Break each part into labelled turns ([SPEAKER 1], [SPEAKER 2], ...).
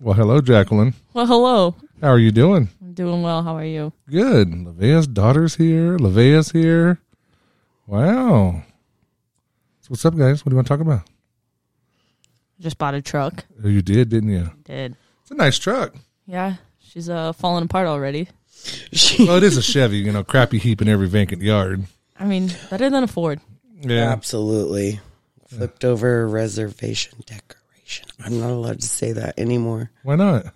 [SPEAKER 1] Well, hello, Jacqueline.
[SPEAKER 2] Well, hello.
[SPEAKER 1] How are you doing?
[SPEAKER 2] I'm doing well. How are you?
[SPEAKER 1] Good. Levea's daughter's here. Levea's here. Wow. So what's up, guys? What do you want to talk about?
[SPEAKER 2] Just bought a truck.
[SPEAKER 1] Oh, You did, didn't you?
[SPEAKER 2] Did.
[SPEAKER 1] It's a nice truck.
[SPEAKER 2] Yeah. She's uh falling apart already.
[SPEAKER 3] She
[SPEAKER 1] Well, it is a Chevy, you know, crappy heap in every vacant yard.
[SPEAKER 2] I mean, better than a Ford.
[SPEAKER 1] Yeah.
[SPEAKER 3] absolutely flipped over a reservation decoration. I'm not allowed to say that anymore.
[SPEAKER 1] Why not?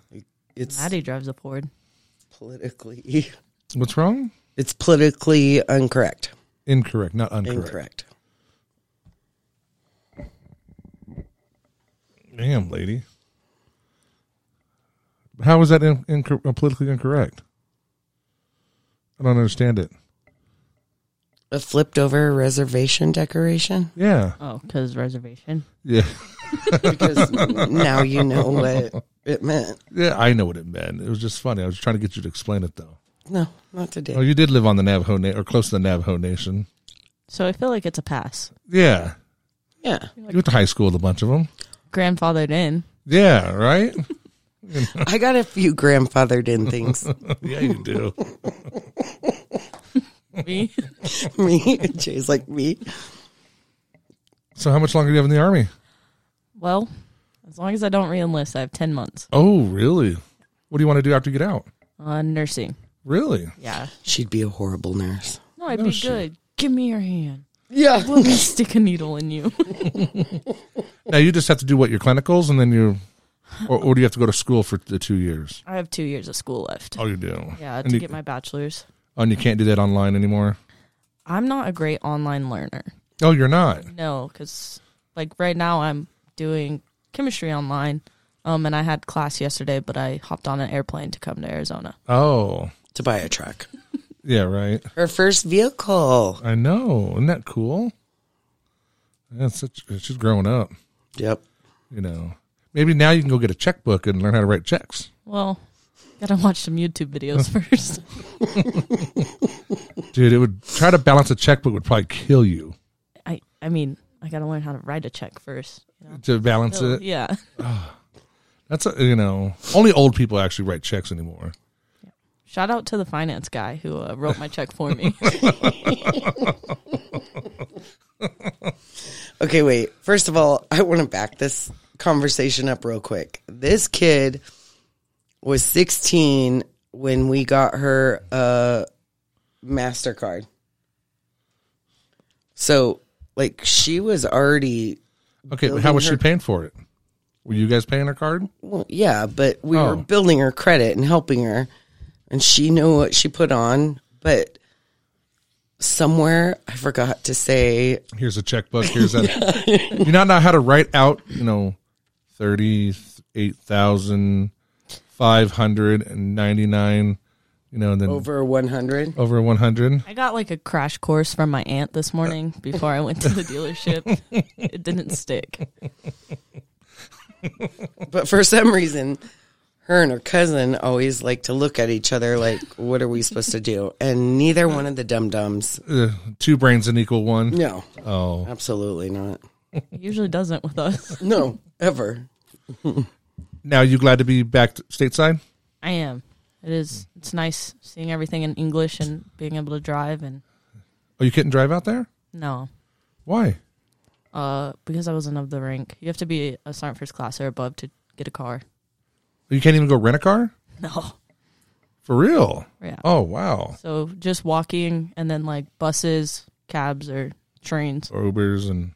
[SPEAKER 3] It's
[SPEAKER 2] Maddie drives a Ford.
[SPEAKER 3] e- politically
[SPEAKER 1] What's wrong?
[SPEAKER 3] it's politically incorrect.
[SPEAKER 1] Incorrect, not uncorrect.
[SPEAKER 3] Incorrect.
[SPEAKER 1] Damn, lady. How is that in, incor- uh, politically incorrect? I don't understand it.
[SPEAKER 3] A flipped over a reservation decoration
[SPEAKER 1] Yeah.
[SPEAKER 2] Oh, because reservation.
[SPEAKER 1] Yeah.
[SPEAKER 3] because now you know what it meant.
[SPEAKER 1] Yeah, I know what it meant. It was just funny. I was trying to get you to explain it, though.
[SPEAKER 3] No, not
[SPEAKER 1] Oh,
[SPEAKER 3] today.
[SPEAKER 1] you did live on the Navajo na- or close to the Navajo Nation.
[SPEAKER 2] So I feel like it's a pass.
[SPEAKER 1] Yeah.
[SPEAKER 3] Yeah.
[SPEAKER 1] You went to high school with a bunch of them.
[SPEAKER 2] Grandfathered in.
[SPEAKER 1] Yeah, right?
[SPEAKER 3] I got a few grandfathered in things.
[SPEAKER 1] yeah, you do.
[SPEAKER 2] Me.
[SPEAKER 3] me, Jay's like me.
[SPEAKER 1] So, how much longer do you have in the Army?
[SPEAKER 2] well, as long as I don't re-enlist, I have ten months.
[SPEAKER 1] Oh, really? What do you want to do after you get out?
[SPEAKER 2] Uh, nursing.
[SPEAKER 1] Really?
[SPEAKER 2] Yeah.
[SPEAKER 3] She'd be a horrible nurse.
[SPEAKER 2] No, I'd
[SPEAKER 1] No
[SPEAKER 2] be
[SPEAKER 1] shit.
[SPEAKER 2] good. Give me your hand.
[SPEAKER 3] Yeah.
[SPEAKER 2] Let me stick a needle in you.
[SPEAKER 1] Now, you just have to do what? Your clinicals and then you. Or, or do you have to go to school for the two years?
[SPEAKER 2] I have two years of school left.
[SPEAKER 1] Oh, you do.
[SPEAKER 2] Yeah,
[SPEAKER 1] and
[SPEAKER 2] to
[SPEAKER 1] you, oh,
[SPEAKER 2] get my bachelor's.
[SPEAKER 1] and you can't do that online anymore.
[SPEAKER 2] I'm not a great online learner.
[SPEAKER 1] Oh, you're not.
[SPEAKER 2] No, because like right now I'm doing chemistry online, um, and I had class yesterday, but I hopped on an airplane to come to Arizona.
[SPEAKER 1] Oh,
[SPEAKER 3] To buy a truck.
[SPEAKER 1] yeah, right.
[SPEAKER 3] Her first vehicle.
[SPEAKER 1] I know. Isn't that cool? That's such, she's growing up.
[SPEAKER 3] Yep.
[SPEAKER 1] You know, maybe now you can go get a checkbook and learn how to write checks.
[SPEAKER 2] Well, gotta watch some YouTube videos first.
[SPEAKER 1] Dude, it would try to balance a checkbook would probably kill you
[SPEAKER 2] I I mean I gotta learn how to write a check first. You know?
[SPEAKER 1] to balance
[SPEAKER 2] So,
[SPEAKER 1] it.
[SPEAKER 2] yeah,
[SPEAKER 1] That's a, you know, only old people actually write checks anymore.
[SPEAKER 2] shout out to the finance guy who uh, wrote my check for me.
[SPEAKER 3] Okay, wait. First of all, I want to back this conversation up real quick. This kid was 16 when we got her a MasterCard. So, like, she was already,
[SPEAKER 1] Okay, but how was she
[SPEAKER 3] Building her-
[SPEAKER 1] paying for it? Were you guys paying her card?
[SPEAKER 3] well, yeah, but we were
[SPEAKER 1] Oh.
[SPEAKER 3] building her credit and helping her. And she knew what she put on, but somewhere I forgot to say,
[SPEAKER 1] Here's a checkbook. Here's that. You not know how to write out, you know, thirty eight thousand five hundred and ninety nine. You know, and then over,
[SPEAKER 3] over 100.
[SPEAKER 1] one hundred.
[SPEAKER 2] I got like a crash course from my aunt this morning before I went to the dealership. It didn't stick.
[SPEAKER 3] But for some reason, her and her cousin always like to look at each other like, what are we supposed to do? And neither one of the dum dums.
[SPEAKER 1] Uh, two brains and equal one.
[SPEAKER 3] No,
[SPEAKER 1] Oh,
[SPEAKER 3] absolutely not.
[SPEAKER 2] It usually doesn't with us.
[SPEAKER 3] No, ever.
[SPEAKER 1] now you glad to be back t- stateside?
[SPEAKER 2] I am. It is. It's nice seeing everything in English and being able to drive. And
[SPEAKER 1] Oh, you couldn't drive out there?
[SPEAKER 2] no,
[SPEAKER 1] Why?
[SPEAKER 2] uh, because I wasn't of the rank. You have to be a sergeant first class or above to get a car.
[SPEAKER 1] You can't even go rent a car
[SPEAKER 2] No.
[SPEAKER 1] for real.
[SPEAKER 2] Yeah.
[SPEAKER 1] Oh wow,
[SPEAKER 2] So just walking and then like buses, cabs, or trains.
[SPEAKER 1] or Ubers and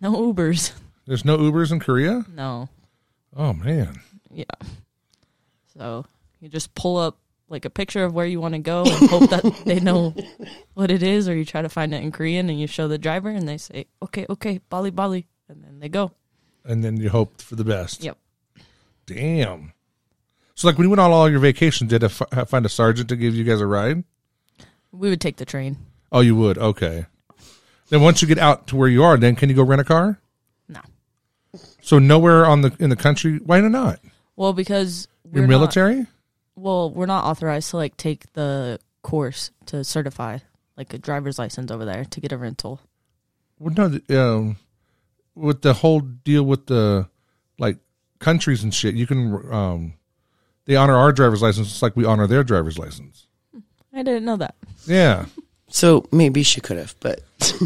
[SPEAKER 2] No Ubers.
[SPEAKER 1] there's no Ubers in Korea.
[SPEAKER 2] No.
[SPEAKER 1] Oh man,
[SPEAKER 2] Yeah. So you just pull up like a picture of where you want to go and hope that they know what it is, or you try to find it in Korean and you show the driver and they say, okay, okay, Bali, Bali. And then they go.
[SPEAKER 1] and then you hoped for the best.
[SPEAKER 2] Yep.
[SPEAKER 1] Damn. So like when you went on all your vacation, did I f- find a sergeant to give you guys a ride?
[SPEAKER 2] We would take the train.
[SPEAKER 1] Oh, you would. Okay. Then once you get out to where you are, then can you go rent a car?
[SPEAKER 2] No.
[SPEAKER 1] So nowhere on the in the country. Why not?
[SPEAKER 2] Well, because we're
[SPEAKER 1] You're
[SPEAKER 2] not-
[SPEAKER 1] military.
[SPEAKER 2] well, we're not authorized to like take the course to certify like a driver's license over there to get a rental.
[SPEAKER 1] Well, no, the, um, with the whole deal with the like countries and shit, you can um, they honor our driver's license just like we honor their driver's license.
[SPEAKER 2] I didn't know that.
[SPEAKER 1] Yeah,
[SPEAKER 3] So maybe she could have, but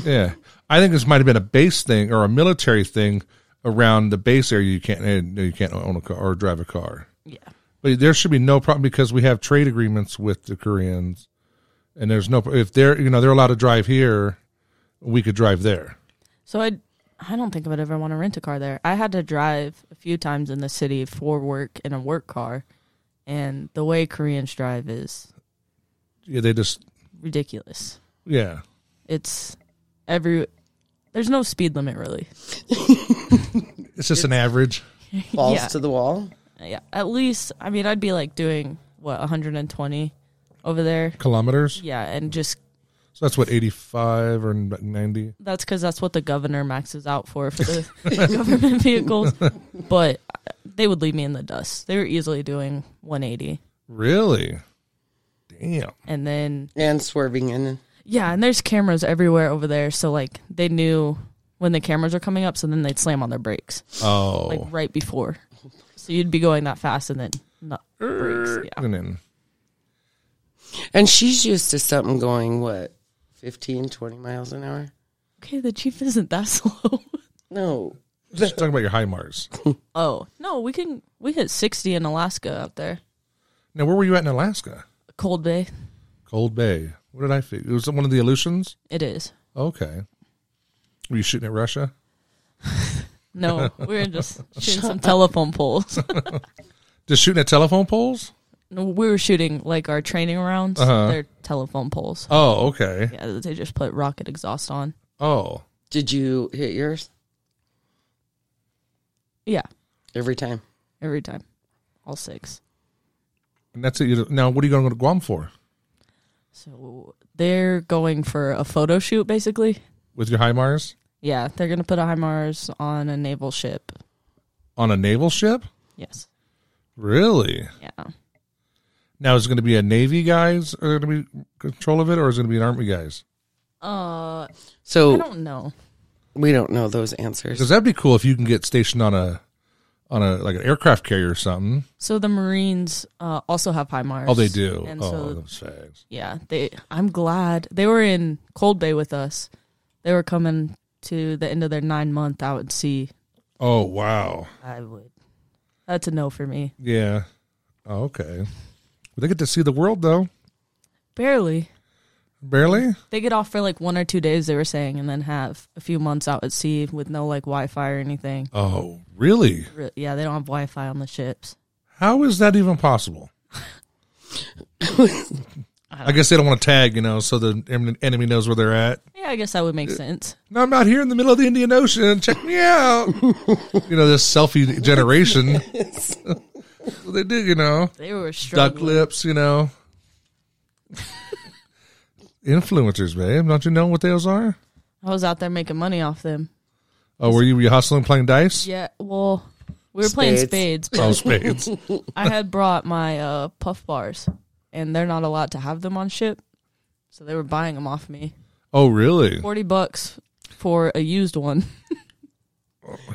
[SPEAKER 1] yeah. I think this might have been a base thing or a military thing around the base area. You can't eh, no, you can't own a car or drive a car,
[SPEAKER 2] Yeah.
[SPEAKER 1] but there should be no problem because we have trade agreements with the Koreans, and there's no if they're you know they're allowed to drive here, we could drive there.
[SPEAKER 2] So I I don't think I would ever want to rent a car there. I had to drive a few times in the city for work in a work car, and the way Koreans drive is
[SPEAKER 1] Yeah, they just
[SPEAKER 2] ridiculous.
[SPEAKER 1] yeah.
[SPEAKER 2] It's every there's no speed limit really.
[SPEAKER 1] It's just an average.
[SPEAKER 3] falls
[SPEAKER 2] Yeah.
[SPEAKER 3] to the wall.
[SPEAKER 2] Yeah, at least I mean I'd be like doing what 120 over there.
[SPEAKER 1] kilometers.
[SPEAKER 2] Yeah, and just
[SPEAKER 1] So that's what eighty five or ninety.
[SPEAKER 2] that's because that's what the governor maxes out for for the government vehicles. But they would leave me in the dust. They were easily doing 180,
[SPEAKER 1] Really? Damn.
[SPEAKER 2] and then
[SPEAKER 3] And swerving in.
[SPEAKER 2] Yeah, and there's cameras everywhere over there, so like they knew when the cameras are coming up, so then they'd slam on their brakes
[SPEAKER 1] Oh.
[SPEAKER 2] like right before. So you'd be going that fast, and then not brakes. Yeah,
[SPEAKER 1] And then-
[SPEAKER 3] And she's used to something going, what, 15, 20 miles an hour?
[SPEAKER 2] okay, the chief isn't that slow.
[SPEAKER 3] No.
[SPEAKER 1] just talking about your high Mars.
[SPEAKER 2] oh no, we can we hit 60 in Alaska out there,
[SPEAKER 1] Now, where were you at in Alaska?
[SPEAKER 2] Cold Bay.
[SPEAKER 1] Cold Bay. What did I feel? It was one of the Aleutians.
[SPEAKER 2] It is
[SPEAKER 1] Okay. Were you shooting at Russia?
[SPEAKER 2] no, we were just shooting some telephone poles.
[SPEAKER 1] Just shooting at telephone poles?
[SPEAKER 2] No, we were shooting like our training rounds.
[SPEAKER 1] Uh-huh.
[SPEAKER 2] They're telephone poles.
[SPEAKER 1] Oh, okay.
[SPEAKER 2] Yeah, they just put rocket exhaust on.
[SPEAKER 1] Oh,
[SPEAKER 3] Did you hit yours
[SPEAKER 2] Yeah,
[SPEAKER 3] every time?
[SPEAKER 2] every time, all six.
[SPEAKER 1] and that's it. You- Now, what are you going to go to Guam for
[SPEAKER 2] So they're going for a photo shoot, basically.
[SPEAKER 1] with your high Mars
[SPEAKER 2] Yeah, they're gonna put a HIMARS on a naval ship.
[SPEAKER 1] on a naval ship?
[SPEAKER 2] Yes.
[SPEAKER 1] Really?
[SPEAKER 2] Yeah.
[SPEAKER 1] Now, is it going to be a Navy guys are going to be in control of it, or is it going to be an Army guys?
[SPEAKER 2] Uh, I
[SPEAKER 3] So
[SPEAKER 2] don't know.
[SPEAKER 3] we don't know those answers.
[SPEAKER 1] Because that'd be cool if you can get stationed on a on a like an aircraft carrier or something.
[SPEAKER 2] So the Marines uh, also have HIMARS.
[SPEAKER 1] Oh, they do.
[SPEAKER 2] And
[SPEAKER 1] oh,
[SPEAKER 2] so
[SPEAKER 1] those fags.
[SPEAKER 2] yeah, they. I'm glad they were in Cold Bay with us. They were coming to the end of their nine month out at sea.
[SPEAKER 1] Oh, wow.
[SPEAKER 2] I would. That's a no for me.
[SPEAKER 1] Yeah. Oh, okay. Well, they get to see the world though.
[SPEAKER 2] Barely.
[SPEAKER 1] Barely.
[SPEAKER 2] They get off for like one or two days. They were saying, and then have a few months out at sea with no like Wi-Fi or anything.
[SPEAKER 1] Oh, really?
[SPEAKER 2] Re- yeah, they don't have Wi-Fi on the ships.
[SPEAKER 1] How is that even possible? I guess they don't want to tag, you know, so the en- enemy knows where they're at.
[SPEAKER 2] Yeah, I guess that would make sense.
[SPEAKER 1] No, I'm out here in the middle of the Indian Ocean. Check me out. you know, this selfie generation. Well, they do, you know.
[SPEAKER 2] They were struggling.
[SPEAKER 1] duck lips, you know. Influencers, babe. Don't you know what those are?
[SPEAKER 2] I was out there making money off them.
[SPEAKER 1] Oh, were you, were you hustling playing dice?
[SPEAKER 2] Yeah, well, we were playing
[SPEAKER 3] Spades.
[SPEAKER 2] spades,
[SPEAKER 1] Oh,
[SPEAKER 2] but
[SPEAKER 1] spades.
[SPEAKER 2] I had brought my uh, puff bars, and they're not allowed to have them on ship, so they were buying them off me.
[SPEAKER 1] oh, really?
[SPEAKER 2] Forty bucks for a used one.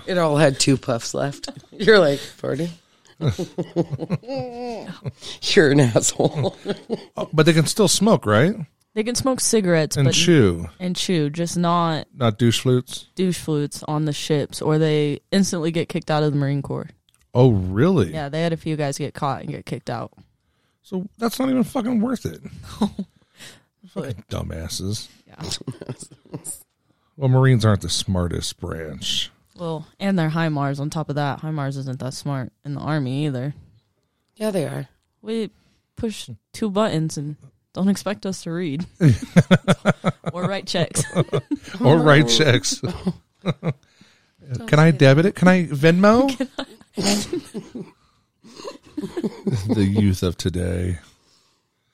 [SPEAKER 3] It all had two puffs left. You're like, 40? You're an asshole.
[SPEAKER 1] Oh, but they can still smoke, right?
[SPEAKER 2] They can smoke cigarettes
[SPEAKER 1] And
[SPEAKER 2] but
[SPEAKER 1] chew,
[SPEAKER 2] and chew, just not
[SPEAKER 1] not douche flutes.
[SPEAKER 2] douche flutes on the ships, or they instantly get kicked out of the Marine Corps.
[SPEAKER 1] Oh, really?
[SPEAKER 2] Yeah, they had a few guys get caught and get kicked out.
[SPEAKER 1] So that's not even fucking worth it. fucking dumbasses.
[SPEAKER 2] Yeah.
[SPEAKER 1] Well, Marines aren't the smartest branch.
[SPEAKER 2] Well, and they're HIMARS on top of that. HIMARS isn't that smart in the army either.
[SPEAKER 3] yeah, they are.
[SPEAKER 2] We push two buttons and don't expect us to read or write checks.
[SPEAKER 1] Or write checks. Can I debit Oh. it? Can I Venmo? the youth of today.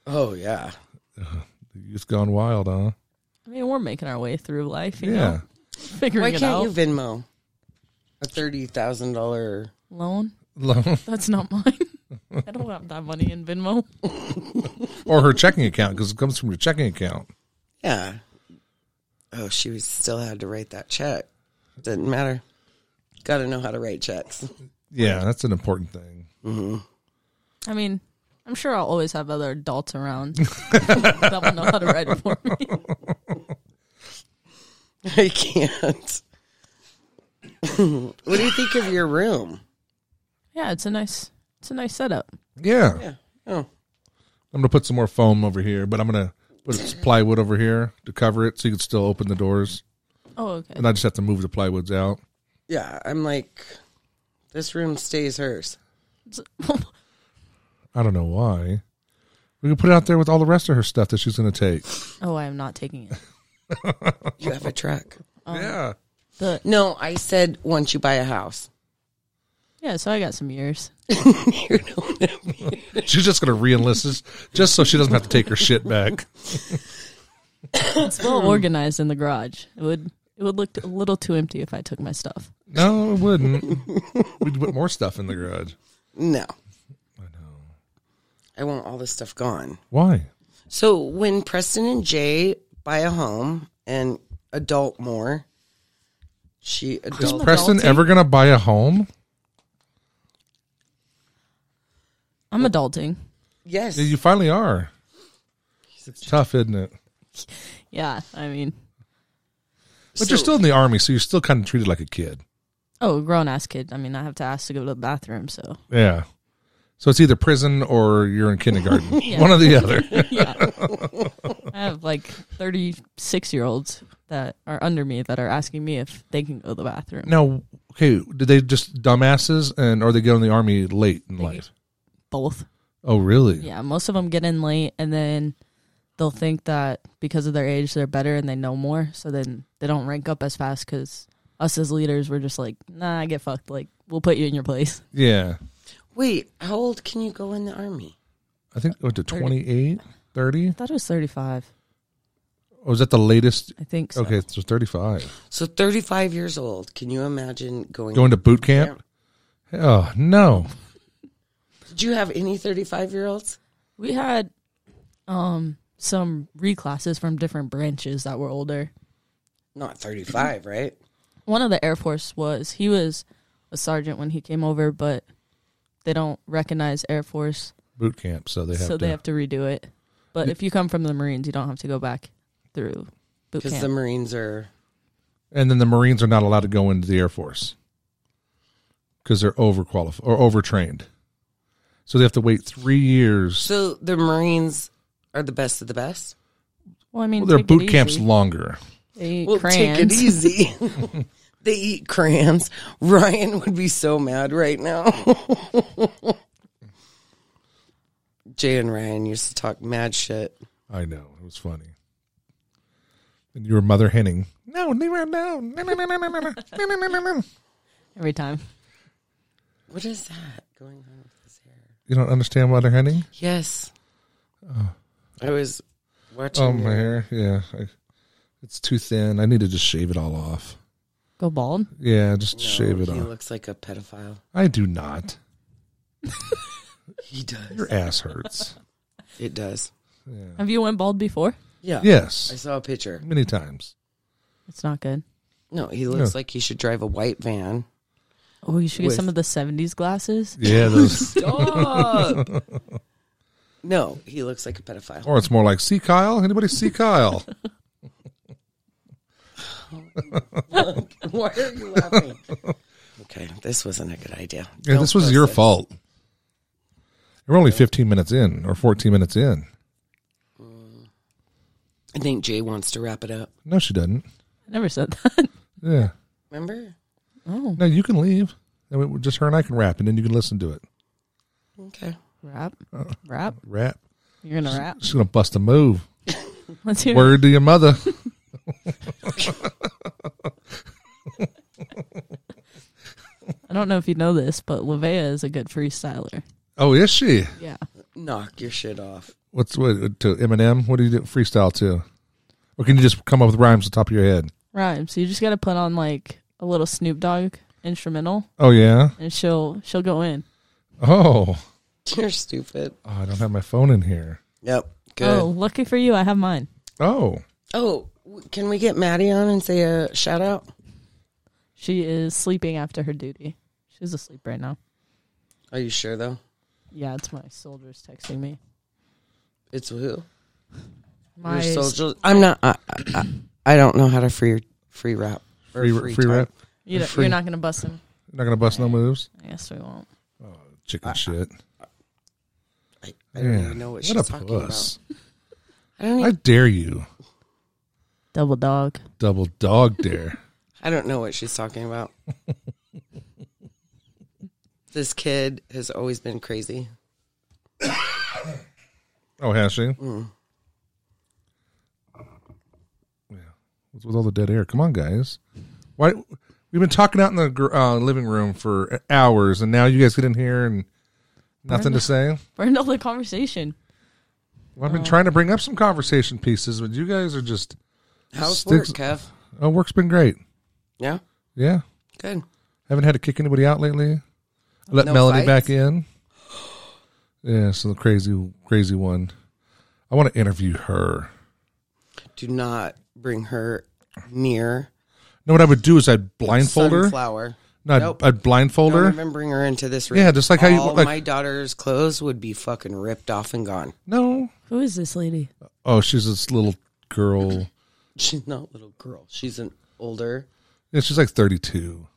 [SPEAKER 3] Oh, yeah.
[SPEAKER 1] The youth gone wild, huh?
[SPEAKER 2] I mean, we're making our way through life, you
[SPEAKER 1] Yeah.
[SPEAKER 2] know, figuring
[SPEAKER 3] Why
[SPEAKER 2] it
[SPEAKER 3] can't
[SPEAKER 2] out.
[SPEAKER 3] you Venmo a $30,000?
[SPEAKER 2] Loan?
[SPEAKER 1] Loan-
[SPEAKER 2] That's not mine. I don't have that money in Venmo.
[SPEAKER 1] or her checking account because it comes from your checking account.
[SPEAKER 3] Yeah. Oh, she was, still had to write that check. Didn't matter. Got to know how to write checks.
[SPEAKER 1] yeah, that's an important thing.
[SPEAKER 2] I mean, I'm sure I'll always have other adults around that will know how to ride it for me.
[SPEAKER 3] I can't. what do you think of your room?
[SPEAKER 2] Yeah, it's a nice, it's a nice setup.
[SPEAKER 1] Yeah.
[SPEAKER 3] Yeah. Oh,
[SPEAKER 1] I'm gonna put some more foam over here, but I'm gonna put some plywood over here to cover it, so you can still open the doors,
[SPEAKER 2] Oh, okay.
[SPEAKER 1] and I just have to move the plywoods out.
[SPEAKER 3] yeah. I'm like, this room stays hers.
[SPEAKER 1] I don't know why. We can put it out there with all the rest of her stuff that she's gonna take.
[SPEAKER 2] oh, I am not taking it.
[SPEAKER 3] You have a truck.
[SPEAKER 1] yeah.
[SPEAKER 2] The,
[SPEAKER 3] No, I said once you buy a house.
[SPEAKER 2] yeah, so I got some years.
[SPEAKER 3] You know,
[SPEAKER 1] She's just gonna re-enlist us just so she doesn't have to take her shit back.
[SPEAKER 2] It's well organized in the garage. It would it would look a little too empty if I took my stuff.
[SPEAKER 1] No, it wouldn't. We'd put more stuff in the garage.
[SPEAKER 3] no,
[SPEAKER 1] I know.
[SPEAKER 3] I want all this stuff gone.
[SPEAKER 1] Why?
[SPEAKER 3] So when Preston and Jay buy a home and adult more, she
[SPEAKER 1] Is
[SPEAKER 3] adult.
[SPEAKER 1] Preston
[SPEAKER 2] adulting.
[SPEAKER 1] ever gonna buy a home?
[SPEAKER 2] I'm adulting.
[SPEAKER 3] Yes,
[SPEAKER 1] Yeah, You finally are. It's tough, isn't it?
[SPEAKER 2] Yeah, I mean,
[SPEAKER 1] But you're
[SPEAKER 3] So-
[SPEAKER 1] still in the army, so you're still kind of treated like a kid.
[SPEAKER 2] oh, grown ass kid. I mean, I have to ask to go to the bathroom. So
[SPEAKER 1] Yeah. So it's either prison or you're in kindergarten. One or the other.
[SPEAKER 2] yeah, I have like 36 year olds that are under me that are asking me if they can go to the bathroom.
[SPEAKER 1] Now, okay, did they just dumbasses and or they get in the army late in life?
[SPEAKER 2] Both.
[SPEAKER 1] Oh, really?
[SPEAKER 2] Yeah, most of them get in late and then they'll think that because of their age they're better and they know more, so then they don't rank up as fast cuz us as leaders we're just like, "Nah, get fucked. Like, we'll put you in your place."
[SPEAKER 1] Yeah.
[SPEAKER 3] Wait, how old can you go in the army?
[SPEAKER 1] I think it went to 28, 30.
[SPEAKER 2] I thought it was 35.
[SPEAKER 1] Oh, is that the latest?
[SPEAKER 2] I think so.
[SPEAKER 1] Okay, so 35.
[SPEAKER 3] So 35 years old. Can you imagine going?
[SPEAKER 1] Going to boot camp? Oh, no.
[SPEAKER 3] Did you have any 35 year olds?
[SPEAKER 2] We had um some reclasses from different branches that were older.
[SPEAKER 3] Not 35, right?
[SPEAKER 2] One of the Air Force was he was a sergeant when he came over, but they don't recognize Air Force,
[SPEAKER 1] Boot camp, so they have to.
[SPEAKER 2] so they have to redo it. But if you come from the Marines, you don't have to go back through boot
[SPEAKER 3] Because
[SPEAKER 2] camp.
[SPEAKER 3] the Marines are.
[SPEAKER 1] and then the Marines are not allowed to go into the Air Force because they're overqualified or overtrained. So they have to wait three years.
[SPEAKER 3] So the Marines are the best of the best.
[SPEAKER 2] Well, I mean,
[SPEAKER 1] Well, their
[SPEAKER 2] take it
[SPEAKER 1] boot camp's
[SPEAKER 2] easy.
[SPEAKER 1] longer.
[SPEAKER 2] They eat
[SPEAKER 3] Well, take it
[SPEAKER 2] crayons.
[SPEAKER 3] easy. they eat crayons. Ryan would be so mad right now. Jay and Ryan used to talk mad shit.
[SPEAKER 1] I know. It was funny. And your mother Henning. No, no, no, no, no, no, no, no, no, no, no, no, no, no.
[SPEAKER 2] every time.
[SPEAKER 3] What is that going on with his hair?
[SPEAKER 1] You don't understand mother Henning?
[SPEAKER 3] Yes. Uh, I was watching.
[SPEAKER 1] Oh, my
[SPEAKER 3] your-
[SPEAKER 1] hair. Yeah. I, it's too thin. I need to just shave it all off.
[SPEAKER 2] Go bald.
[SPEAKER 1] Yeah, just
[SPEAKER 3] No,
[SPEAKER 1] shave it
[SPEAKER 3] He
[SPEAKER 1] off.
[SPEAKER 3] looks like a pedophile.
[SPEAKER 1] I do not.
[SPEAKER 3] He does.
[SPEAKER 1] Your ass hurts.
[SPEAKER 3] It does.
[SPEAKER 2] Have you went bald before?
[SPEAKER 3] Yeah. I
[SPEAKER 1] Yes,
[SPEAKER 3] saw a picture.
[SPEAKER 1] many times.
[SPEAKER 2] It's not good.
[SPEAKER 3] No, he looks
[SPEAKER 1] Yeah.
[SPEAKER 3] like he should drive a white van.
[SPEAKER 2] Oh, you should get
[SPEAKER 3] With-
[SPEAKER 2] some of the '70s glasses.
[SPEAKER 1] Yeah, those.
[SPEAKER 3] Stop. no, he looks like a pedophile.
[SPEAKER 1] or it's more like see Kyle. Anybody see Kyle?
[SPEAKER 3] Why are you laughing? okay, this wasn't a good idea.
[SPEAKER 1] Yeah,
[SPEAKER 3] Don't
[SPEAKER 1] this was
[SPEAKER 3] post
[SPEAKER 1] your
[SPEAKER 3] it.
[SPEAKER 1] fault. We're only 15 minutes in or 14 minutes in.
[SPEAKER 3] I think Jay wants to wrap it up.
[SPEAKER 1] No, she doesn't.
[SPEAKER 2] I never said that.
[SPEAKER 1] Yeah.
[SPEAKER 3] Remember?
[SPEAKER 2] Oh,
[SPEAKER 1] No, you can leave. And we, just her and I can rap, and then you can listen to it.
[SPEAKER 3] Okay.
[SPEAKER 2] rap,
[SPEAKER 1] Uh.
[SPEAKER 2] rap.
[SPEAKER 1] Rap.
[SPEAKER 2] You're gonna rap.
[SPEAKER 1] She's gonna bust a move.
[SPEAKER 2] Let's hear.
[SPEAKER 1] Word to your mother.
[SPEAKER 2] I don't know if you know this, but Lavea is a good freestyler.
[SPEAKER 1] Oh, is she?
[SPEAKER 2] Yeah,
[SPEAKER 3] Knock your shit off.
[SPEAKER 1] What's what to Eminem? What do you do, freestyle to? Or can you just come up with rhymes on top of your head?
[SPEAKER 2] rhymes. You just gotta put on like a little Snoop Dogg instrumental,
[SPEAKER 1] Oh yeah.
[SPEAKER 2] and she'll she'll go in.
[SPEAKER 1] Oh,
[SPEAKER 3] You're stupid.
[SPEAKER 1] oh I don't have my phone in here.
[SPEAKER 3] Yep. Good.
[SPEAKER 2] Oh,
[SPEAKER 3] Oh.
[SPEAKER 2] lucky for you, I have mine.
[SPEAKER 1] Oh,
[SPEAKER 3] w- can we get Maddie on and say a shout out?
[SPEAKER 2] She is sleeping after her duty. She's She's asleep right now.
[SPEAKER 3] Are you sure though?
[SPEAKER 2] Yeah, it's my soldiers texting me.
[SPEAKER 3] It's who?
[SPEAKER 2] My
[SPEAKER 3] Your soldiers. I'm not. I, I, I- I don't know how to free free rap. or
[SPEAKER 1] Free, free
[SPEAKER 3] type.
[SPEAKER 1] rap.
[SPEAKER 2] You don't-
[SPEAKER 1] free.
[SPEAKER 2] you're not gonna bust him.
[SPEAKER 1] Not gonna bust no moves.
[SPEAKER 2] I guess we won't.
[SPEAKER 1] Chicken shit.
[SPEAKER 3] I, I don't
[SPEAKER 1] Yeah.
[SPEAKER 3] even know what,
[SPEAKER 1] a
[SPEAKER 3] she's talking
[SPEAKER 1] puss.
[SPEAKER 3] about. I don't.
[SPEAKER 1] I
[SPEAKER 3] Even,
[SPEAKER 1] dare you,
[SPEAKER 2] Double dog.
[SPEAKER 1] double dog dare.
[SPEAKER 3] I don't know what she's talking about. this kid has always been crazy.
[SPEAKER 1] Oh, has she?
[SPEAKER 3] Mm.
[SPEAKER 1] Yeah. What's with all the dead air? Come on, guys. Why we've been talking out in the gr- uh, living room for hours, and now you guys get in here and nothing to say.
[SPEAKER 2] Burned all the conversation.
[SPEAKER 1] Well,
[SPEAKER 3] Oh.
[SPEAKER 1] I've been trying to bring up some conversation pieces, but you guys are just.
[SPEAKER 3] How's
[SPEAKER 1] Sticks-
[SPEAKER 3] work, Kev?
[SPEAKER 1] Oh, work's been great.
[SPEAKER 3] Yeah,
[SPEAKER 1] Yeah,
[SPEAKER 3] good.
[SPEAKER 1] haven't had to kick anybody out lately. I let
[SPEAKER 3] No
[SPEAKER 1] Melody
[SPEAKER 3] fights?
[SPEAKER 1] back in. Yeah, so the crazy, crazy one. I want to interview her.
[SPEAKER 3] Do not bring her near
[SPEAKER 1] No, what I would do is I'd blindfold her.
[SPEAKER 3] sunflower.
[SPEAKER 1] No, I'd,
[SPEAKER 3] Nope.
[SPEAKER 1] I'd blindfold
[SPEAKER 3] Don't
[SPEAKER 1] her.
[SPEAKER 3] even bring her into this room.
[SPEAKER 1] Yeah, just like how you-
[SPEAKER 3] All
[SPEAKER 1] like-
[SPEAKER 3] my daughter's clothes would be fucking ripped off and gone.
[SPEAKER 1] No.
[SPEAKER 2] Who is this lady?
[SPEAKER 1] Oh, she's this little girl.
[SPEAKER 3] She's not a little girl. She's an older.
[SPEAKER 1] Yeah, she's like 32,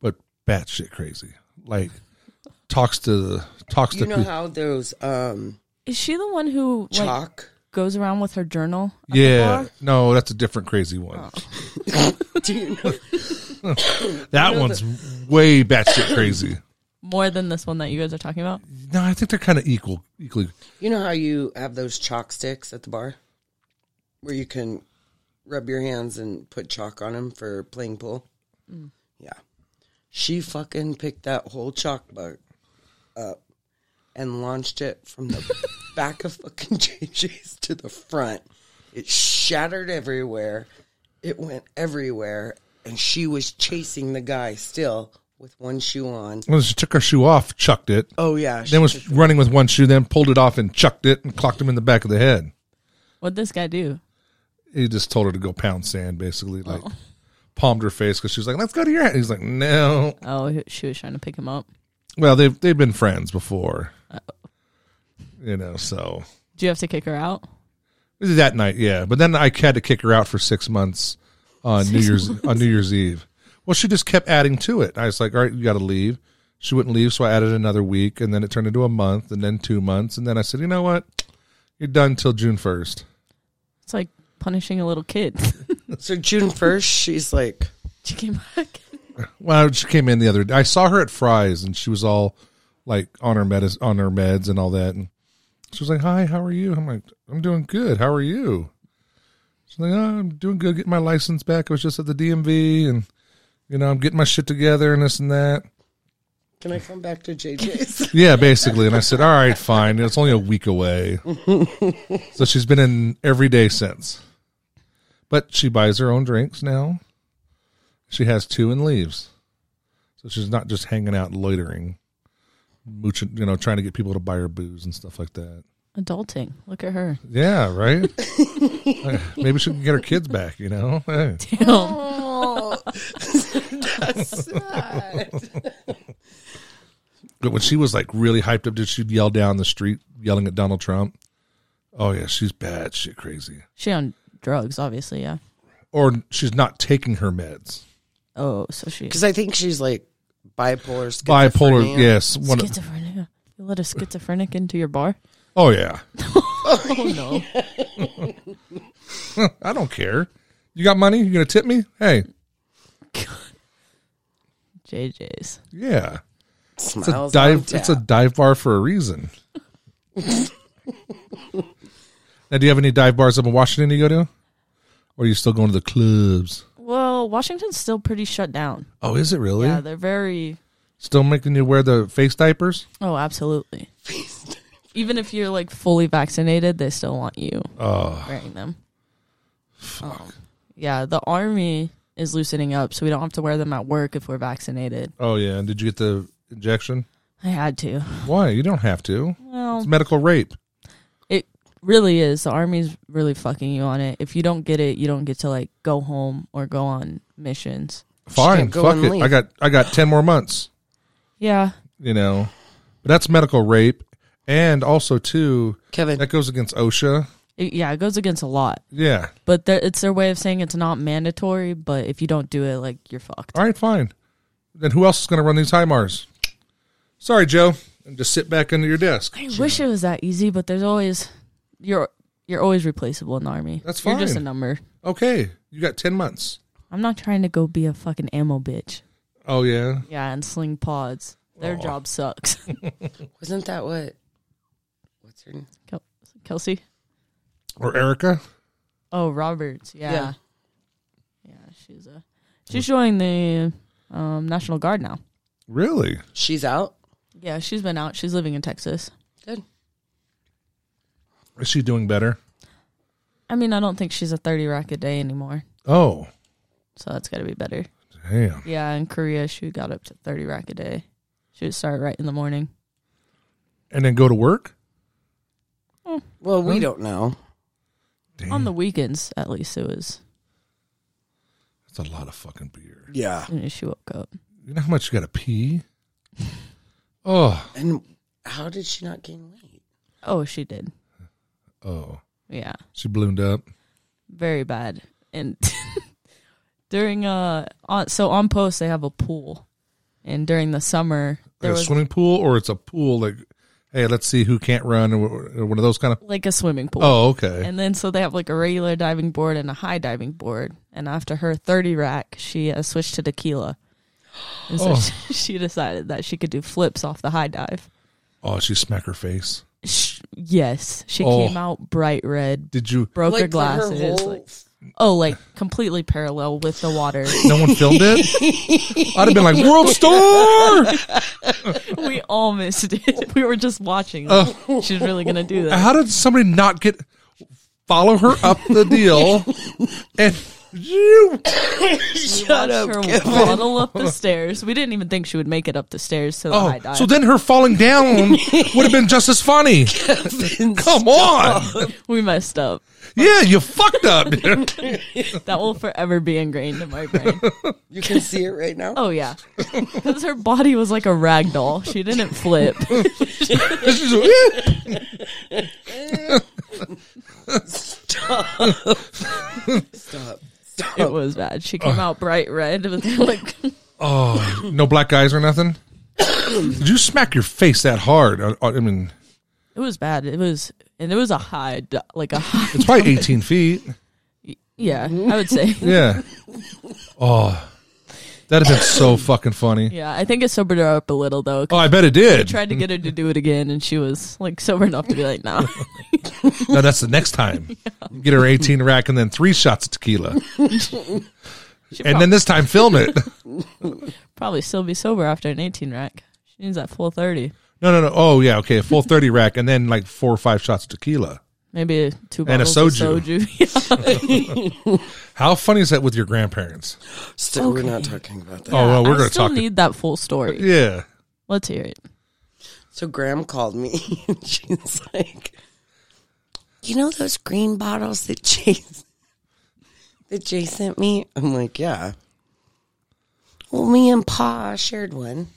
[SPEAKER 1] but batshit crazy. Like talks to talks
[SPEAKER 3] You
[SPEAKER 1] to
[SPEAKER 3] know
[SPEAKER 1] pe-
[SPEAKER 3] how those um
[SPEAKER 2] Is she the one who like
[SPEAKER 3] chalk?
[SPEAKER 2] goes around with her journal? at the
[SPEAKER 1] yeah.
[SPEAKER 2] bar?
[SPEAKER 1] No, that's a different crazy
[SPEAKER 3] Oh.
[SPEAKER 1] one.
[SPEAKER 3] Do you know?
[SPEAKER 1] That one's way batshit crazy.
[SPEAKER 2] More than this one that you guys are talking about.
[SPEAKER 1] No, I think they're kind of equal. Equally,
[SPEAKER 3] You know how you have those chalk sticks at the bar, where you can rub your hands and put chalk on them for playing pool. Yeah, she fucking picked that whole chalk bug up and launched it from the back of fucking JJ's to the front. It shattered everywhere. It went everywhere, and she was chasing the guy still with one shoe on.
[SPEAKER 1] well, she took her shoe off, chucked it,
[SPEAKER 3] Oh yeah, she
[SPEAKER 1] then was running with one shoe, then pulled it off and chucked it, and clocked him in the back of the head.
[SPEAKER 2] What'd this guy do?
[SPEAKER 1] He just told her to go pound sand, basically, like palmed her face because she was like, "Let's go to your." Head. He's like, "No."
[SPEAKER 2] Oh, he- she was trying to pick him up.
[SPEAKER 1] Well, they've they've been friends before. You know, so
[SPEAKER 2] Do you have to kick her out?
[SPEAKER 1] that night, yeah. But then I had to kick her out for six months on New Year's on New Year's Eve. Well, she just kept adding to it. I was like, "All right, you got to leave." She wouldn't leave, so I added another week, and then it turned into a month, and then two months, and then I said, "You know what? You're done till June first.
[SPEAKER 2] It's like punishing a little kid.
[SPEAKER 3] so June first. She's like.
[SPEAKER 2] she came back.
[SPEAKER 1] Well, she came in the other day. I saw her at Fry's, and she was all like on her medis on her meds and all that. And she was like, "Hi, how are you?" I'm like, "I'm doing good. How are you?" She's like, oh, "I'm doing good. Getting my license back. I was just at the DMV, and you know, I'm getting my shit together and this and that."
[SPEAKER 3] Can I come back to JJ's?
[SPEAKER 1] Yeah, basically. And I said, "All right, fine. It's only a week away." so she's been in every day since. But she buys her own drinks now. She has two and leaves. So she's not just hanging out loitering, mooching, you know, trying to get people to buy her booze and stuff like that.
[SPEAKER 2] Adulting. Look at her.
[SPEAKER 1] Yeah, right? Uh, Maybe she can get her kids back, you know? Hey.
[SPEAKER 2] Damn.
[SPEAKER 3] oh, that's sad.
[SPEAKER 1] But when she was like really hyped up, did she yell down the street yelling at Donald Trump? Oh, yeah, she's bad shit crazy.
[SPEAKER 2] She on drugs, obviously. Yeah.
[SPEAKER 1] or she's not taking her meds.
[SPEAKER 2] Oh, so she
[SPEAKER 3] Because I think she's like bipolar,
[SPEAKER 1] Bipolar,
[SPEAKER 3] schizophrenia.
[SPEAKER 1] yes. One of,
[SPEAKER 2] schizophrenia. You let a schizophrenic into your bar?
[SPEAKER 1] oh yeah,
[SPEAKER 2] Oh no.
[SPEAKER 1] I don't care. You got money? You gonna tip me? Hey,
[SPEAKER 2] JJ's.
[SPEAKER 1] yeah. It's a
[SPEAKER 3] Smiles on
[SPEAKER 1] dive.
[SPEAKER 3] tap.
[SPEAKER 1] It's a dive bar for a reason. now, do you have any dive bars up in Washington you go to, or are you still going to the clubs?
[SPEAKER 2] Well, Washington's still pretty shut down.
[SPEAKER 1] Oh, is it really?
[SPEAKER 2] Yeah, they're very.
[SPEAKER 1] Still making you wear the face diapers?
[SPEAKER 2] Oh, absolutely. Even if you're like fully vaccinated, they still want you
[SPEAKER 1] Oh,
[SPEAKER 2] wearing them. Um, yeah, the army is loosening up, so we don't have to wear them at work if we're vaccinated.
[SPEAKER 1] oh yeah. And did you get the injection?
[SPEAKER 2] I had to.
[SPEAKER 1] Why? You don't have to.
[SPEAKER 2] Well,
[SPEAKER 1] It's medical rape.
[SPEAKER 2] it really is. The army's really fucking you on it. If you don't get it, you don't get to like go home or go on missions.
[SPEAKER 1] Fine,
[SPEAKER 3] can't go
[SPEAKER 1] fuck
[SPEAKER 3] and
[SPEAKER 1] it.
[SPEAKER 3] leave.
[SPEAKER 1] I got I got ten more months.
[SPEAKER 2] Yeah.
[SPEAKER 1] you know. But that's medical rape, and also too
[SPEAKER 3] Kevin.
[SPEAKER 1] that goes against OSHA.
[SPEAKER 2] It- yeah, it goes against a lot.
[SPEAKER 1] Yeah.
[SPEAKER 2] But there, it's their way of saying it's not mandatory, but if you don't do it, like, you're fucked.
[SPEAKER 1] All right, fine. Then who else is going to run these high mars? Sorry, Joe. And just sit back under your desk.
[SPEAKER 2] I wish it was that easy, but there's always, you're you're always replaceable in the army.
[SPEAKER 1] That's
[SPEAKER 2] You're just a
[SPEAKER 1] fine.
[SPEAKER 2] number.
[SPEAKER 1] Okay, you got ten months.
[SPEAKER 2] I'm not trying to go be a fucking ammo bitch.
[SPEAKER 1] Oh yeah,
[SPEAKER 2] Yeah, and sling pods. Their job sucks.
[SPEAKER 3] Wasn't that what? What's her name?
[SPEAKER 2] Kel- Kelsey?
[SPEAKER 1] or Erica.
[SPEAKER 2] Oh, Roberts. Yeah.
[SPEAKER 3] Yeah.
[SPEAKER 2] Yeah, she's a she's joining the um, National Guard now.
[SPEAKER 1] Really?
[SPEAKER 3] She's out.
[SPEAKER 2] Yeah, she's been out. She's living in Texas.
[SPEAKER 3] Good.
[SPEAKER 1] Is she doing better?
[SPEAKER 2] I mean, I don't think she's a 30 rack a day anymore.
[SPEAKER 1] Oh,
[SPEAKER 2] So that's got to be better.
[SPEAKER 1] damn.
[SPEAKER 2] Yeah, in Korea, she got up to 30 rack a day. She would start right in the morning.
[SPEAKER 1] And then go to work.
[SPEAKER 3] Well, we don't know.
[SPEAKER 1] Damn,
[SPEAKER 2] On the weekends, at least, it was.
[SPEAKER 1] that's a lot of fucking beer.
[SPEAKER 3] Yeah.
[SPEAKER 2] I mean, she woke up.
[SPEAKER 1] You know how much you got to pee? Oh,
[SPEAKER 3] And how did she not gain weight?
[SPEAKER 2] Oh, she did.
[SPEAKER 1] oh.
[SPEAKER 2] Yeah.
[SPEAKER 1] She bloomed up.
[SPEAKER 2] very bad. And during uh on so on post they have a pool, and during the summer
[SPEAKER 1] Like
[SPEAKER 2] there
[SPEAKER 1] a
[SPEAKER 2] was
[SPEAKER 1] swimming pool, or it's a pool like, hey, let's see who can't run, or, or one of those kind of.
[SPEAKER 2] like a swimming pool.
[SPEAKER 1] Oh, okay.
[SPEAKER 2] And then so they have like a regular diving board and a high diving board. And after her thirty rack, she uh, switched to tequila. And so
[SPEAKER 1] Oh.
[SPEAKER 2] she, she decided that she could do flips off the high dive.
[SPEAKER 1] Oh, she smacked her face.
[SPEAKER 2] Sh yes, she
[SPEAKER 1] Oh.
[SPEAKER 2] came out bright red,
[SPEAKER 1] Did you?
[SPEAKER 2] broke her
[SPEAKER 3] Like for her
[SPEAKER 2] glasses.
[SPEAKER 3] whole-
[SPEAKER 2] like, oh, like completely parallel with the water.
[SPEAKER 1] No one filmed it. I'd have been like world star.
[SPEAKER 2] We all missed it. We were just watching.
[SPEAKER 1] Oh.
[SPEAKER 2] She's really gonna do that.
[SPEAKER 1] How did somebody not get follow her up the deal? And you,
[SPEAKER 2] Shut up, her waddle up the stairs. We didn't even think she would make it up the stairs to the high
[SPEAKER 1] oh,
[SPEAKER 2] dive.
[SPEAKER 1] so then her falling down would have been just as funny. Come on,
[SPEAKER 2] we messed up.
[SPEAKER 1] yeah, you fucked up. dude.
[SPEAKER 2] That will forever be ingrained in my brain.
[SPEAKER 3] You can see it right now.
[SPEAKER 2] Oh yeah, because her body was like a rag doll. She didn't flip.
[SPEAKER 1] She's like, "Eh."
[SPEAKER 3] Stop. Stop.
[SPEAKER 2] It was bad. She came out bright red with like
[SPEAKER 1] oh, no black eyes or nothing. Did you smack your face that hard? I, I mean,
[SPEAKER 2] it was bad. It was and it was a high di- like a high.
[SPEAKER 1] it's probably eighteen feet.
[SPEAKER 2] Yeah, I would say.
[SPEAKER 1] Yeah. Oh, that'd have been so fucking funny.
[SPEAKER 2] Yeah, I think it sobered her up a little though. 'cause
[SPEAKER 1] Oh, I bet it did.
[SPEAKER 2] I tried to get her to do it again, and she was like sober enough to be like, "No."
[SPEAKER 1] No, that's the next time. Get her 18 rack and then three shots of tequila. and then this time film it.
[SPEAKER 2] probably still be sober after an 18 rack. She needs that full 30.
[SPEAKER 1] No, no, no. Oh, yeah. Okay. A full 30 rack and then like four or five shots of tequila.
[SPEAKER 2] Maybe two
[SPEAKER 1] And a
[SPEAKER 2] bottles of soju. Yeah.
[SPEAKER 1] How funny is that with your grandparents?
[SPEAKER 3] Still, we're not talking about that.
[SPEAKER 1] Oh, well, we're
[SPEAKER 2] I
[SPEAKER 1] going to
[SPEAKER 2] still
[SPEAKER 1] talk.
[SPEAKER 2] need that full story.
[SPEAKER 1] yeah.
[SPEAKER 2] Let's hear it.
[SPEAKER 3] So Graham called me. and She's like, "You know those green bottles that Jay that Jay sent me?" I'm like, "Yeah." Well, me and Pa shared one,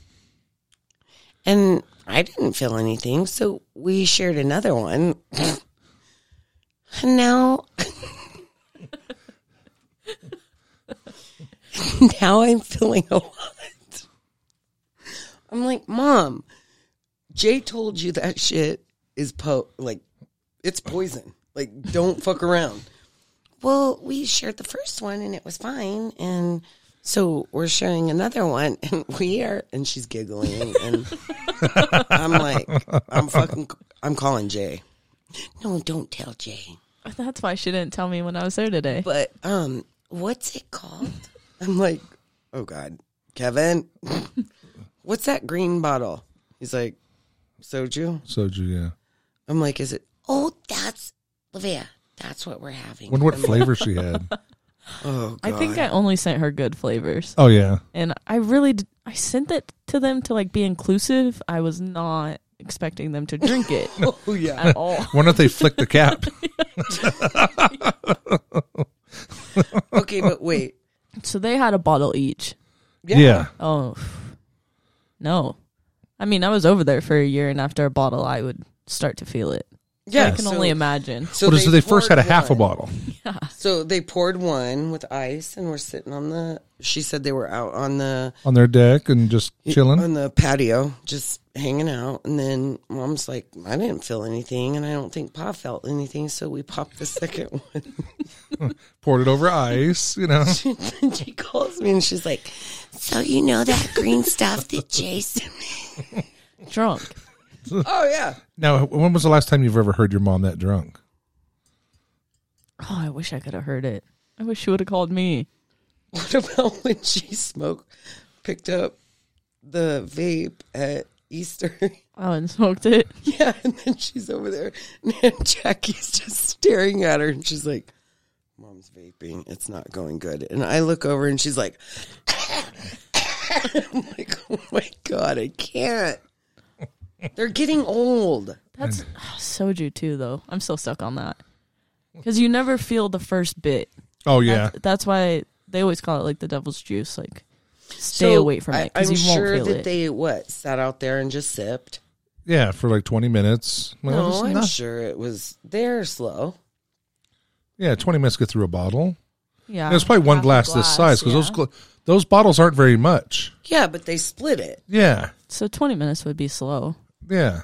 [SPEAKER 3] and I didn't feel anything, so we shared another one. and now, now I'm feeling a lot. I'm like, Mom. Jay told you that shit is po like it's poison. Like don't fuck around. Well, we shared the first one and it was fine and so we're sharing another one and we are and she's giggling and I'm like I'm fucking I'm calling Jay. No, don't tell Jay.
[SPEAKER 2] That's why she didn't tell me when I was there today.
[SPEAKER 3] But um what's it called? I'm like, "Oh god. Kevin, what's that green bottle?" He's like, "Soju."
[SPEAKER 1] Soju, yeah.
[SPEAKER 3] I'm like, is it? Oh, that's Livia. That's what we're having.
[SPEAKER 1] Wonder what flavor she had.
[SPEAKER 3] oh,
[SPEAKER 2] I think I only sent her good flavors.
[SPEAKER 1] Oh, yeah.
[SPEAKER 2] And I really did, I sent it to them to like be inclusive. I was not expecting them to drink it
[SPEAKER 3] Oh yeah.
[SPEAKER 2] at all.
[SPEAKER 1] Wonder if they flicked the cap.
[SPEAKER 3] okay, but wait.
[SPEAKER 2] So they had a bottle each.
[SPEAKER 1] Yeah.
[SPEAKER 2] Oh. No. I mean, I was over there for a year, and after a bottle, I would start to feel it.
[SPEAKER 3] Yeah,
[SPEAKER 2] I can only imagine.
[SPEAKER 3] So
[SPEAKER 1] Well, so they first had
[SPEAKER 3] poured
[SPEAKER 1] a half a
[SPEAKER 3] one.
[SPEAKER 1] bottle.
[SPEAKER 3] So they poured one with ice, and we're sitting on the. She said they were out on the
[SPEAKER 1] on their deck and just chilling.
[SPEAKER 3] on the patio, just hanging out. And then mom's like, "I didn't feel anything, and I don't think Pa felt anything." So we popped the second one.
[SPEAKER 1] Poured it over ice, you know.
[SPEAKER 3] and she calls me and she's like, So you know that green stuff that Jason
[SPEAKER 2] Drunk.
[SPEAKER 3] Oh yeah.
[SPEAKER 1] Now, when was the last time you've ever heard your mom that drunk?
[SPEAKER 2] Oh, I wish I could have heard it. I wish she would have called me.
[SPEAKER 3] What about when she smoked picked up the vape at Easter?
[SPEAKER 2] Oh, and smoked it.
[SPEAKER 3] yeah, and then she's over there and Jackie's just staring at her and she's like, Mom's vaping, it's not going good. And I look over and she's like I'm like, Oh my god, I can't. They're getting old.
[SPEAKER 2] That's soju too, though. I'm still stuck on that because you never feel the first bit.
[SPEAKER 1] Oh yeah,
[SPEAKER 2] That's, that's why they always call it like the devil's juice. Like, stay
[SPEAKER 3] So
[SPEAKER 2] away from
[SPEAKER 3] I,
[SPEAKER 2] it because
[SPEAKER 3] I'm
[SPEAKER 2] you won't
[SPEAKER 3] sure
[SPEAKER 2] feel
[SPEAKER 3] that
[SPEAKER 2] it.
[SPEAKER 3] they what sat out there and just sipped.
[SPEAKER 1] yeah, for like twenty minutes. Well,
[SPEAKER 3] No,
[SPEAKER 1] just
[SPEAKER 3] I'm
[SPEAKER 1] not-
[SPEAKER 3] sure it was. They're slow.
[SPEAKER 1] Yeah, twenty minutes to get through a bottle.
[SPEAKER 2] yeah,
[SPEAKER 1] And it's probably one
[SPEAKER 2] Uh, half a
[SPEAKER 1] glass, this size because
[SPEAKER 2] yeah.
[SPEAKER 1] those gla- those bottles aren't very much.
[SPEAKER 3] Yeah, but they split it,
[SPEAKER 1] Yeah,
[SPEAKER 2] So 20 minutes would be slow.
[SPEAKER 1] yeah.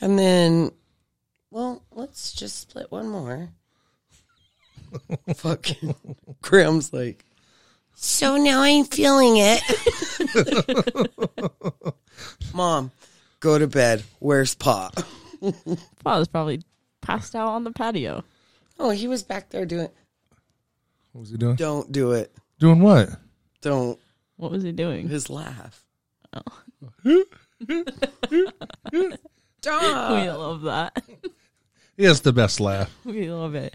[SPEAKER 3] and then, well, let's just split one more. Fucking Graham's like. So now I'm feeling it. Mom, go to bed. Where's Pa?
[SPEAKER 2] Wow, was probably passed out on the patio.
[SPEAKER 3] Oh, he was back there doing.
[SPEAKER 1] What was he doing?
[SPEAKER 3] Don't do it.
[SPEAKER 1] Doing what?
[SPEAKER 3] Don't.
[SPEAKER 2] What was he doing?
[SPEAKER 3] His laugh. Stop.
[SPEAKER 2] We love that.
[SPEAKER 1] He has the best laugh.
[SPEAKER 2] We love it.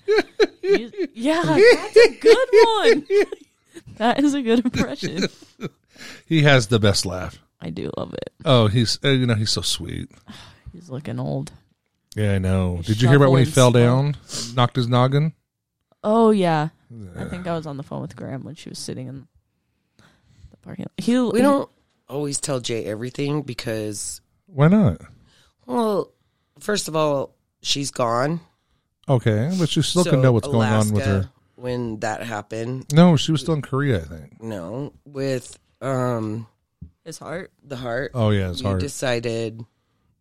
[SPEAKER 2] You- yeah, that's a good one. That is a good impression.
[SPEAKER 1] He has the best laugh.
[SPEAKER 2] I do love it.
[SPEAKER 1] Oh, he's uh, you know he's so sweet.
[SPEAKER 2] He's looking old.
[SPEAKER 1] Yeah, I know. Did you hear about when he fell
[SPEAKER 2] Shuffling
[SPEAKER 1] down, knocked his noggin?
[SPEAKER 2] Oh yeah, I think I was on the phone with Graham when she was sitting in the parking. lot. He
[SPEAKER 3] We don't always tell Jay everything because,
[SPEAKER 1] Why not?
[SPEAKER 3] well, first of all, she's gone.
[SPEAKER 1] Okay, but you still can know what's going on with her.
[SPEAKER 3] Alaska, When that happened,
[SPEAKER 1] No, she was still in Korea, I think.
[SPEAKER 3] no, with um
[SPEAKER 2] his heart.
[SPEAKER 3] the heart.
[SPEAKER 1] Oh yeah, it's
[SPEAKER 3] you
[SPEAKER 1] hard.
[SPEAKER 3] decided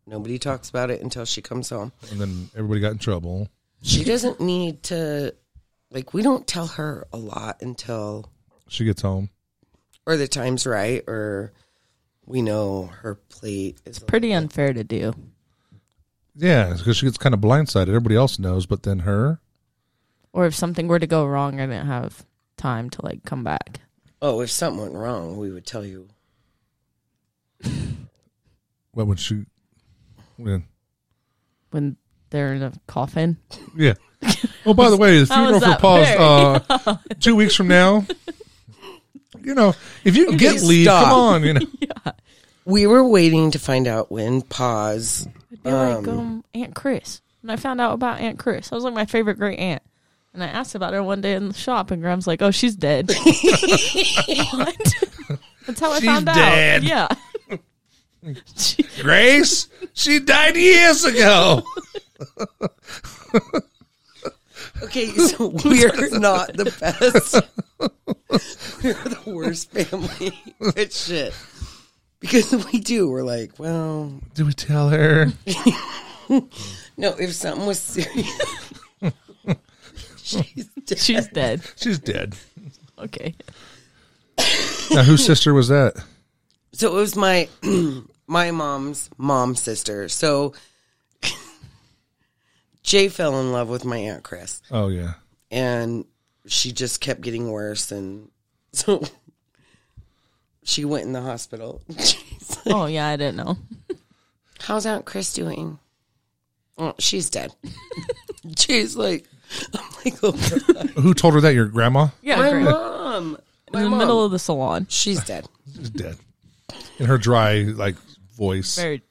[SPEAKER 3] nobody talks about it until she comes home.
[SPEAKER 1] and then everybody got in trouble.
[SPEAKER 3] She doesn't need to, like, we don't tell her a lot until,
[SPEAKER 1] She gets home.
[SPEAKER 3] or the time's right, or we know her plate is
[SPEAKER 2] Pretty unfair to do.
[SPEAKER 1] Yeah, because she gets kind of blindsided. Everybody else knows, but then her.
[SPEAKER 2] Or if something were to go wrong, I didn't have time to like come back.
[SPEAKER 3] Oh, if something went wrong, we would tell you.
[SPEAKER 1] What would she? When,
[SPEAKER 2] when they're in a coffin.
[SPEAKER 1] yeah. Oh, by the way, the
[SPEAKER 2] How
[SPEAKER 1] funeral
[SPEAKER 2] was
[SPEAKER 1] for
[SPEAKER 2] that
[SPEAKER 1] Paul's
[SPEAKER 2] fair?
[SPEAKER 1] uh, two weeks from now. You know, if you can get
[SPEAKER 3] Please
[SPEAKER 1] leave,
[SPEAKER 3] stop.
[SPEAKER 1] come on. You know,
[SPEAKER 3] We were waiting to find out when Pa's
[SPEAKER 2] I'd be like um, Aunt Chris. And I found out about Aunt Chris. I was like my favorite great aunt. And I asked about her one day in the shop, and Graham's like, "Oh, she's dead." what? That's how
[SPEAKER 1] She's
[SPEAKER 2] I found
[SPEAKER 1] dead.
[SPEAKER 2] out. Yeah. She-
[SPEAKER 1] Grace, she died years ago.
[SPEAKER 3] Okay, so we're not the best. we're the worst family at shit. Because we do, we're like, well,
[SPEAKER 1] Do we tell her?
[SPEAKER 3] no, if something was serious. she's dead.
[SPEAKER 2] she's dead.
[SPEAKER 1] She's dead.
[SPEAKER 2] Okay.
[SPEAKER 1] Now, whose sister was that?
[SPEAKER 3] So it was my my mom's mom's sister. So Jay fell in love with my aunt Chris.
[SPEAKER 1] Oh yeah.
[SPEAKER 3] and she just kept getting worse and so she went in the hospital She's like,
[SPEAKER 2] Oh yeah, I didn't know.
[SPEAKER 3] how's aunt chris doing oh she's dead she's like i'm like oh, God.
[SPEAKER 1] Who told her that? Your grandma?
[SPEAKER 2] Yeah,
[SPEAKER 3] my
[SPEAKER 2] great.
[SPEAKER 3] mom my
[SPEAKER 2] in the
[SPEAKER 3] mom
[SPEAKER 2] middle of the salon.
[SPEAKER 3] she's dead
[SPEAKER 1] She's dead. In her dry like voice.
[SPEAKER 2] Very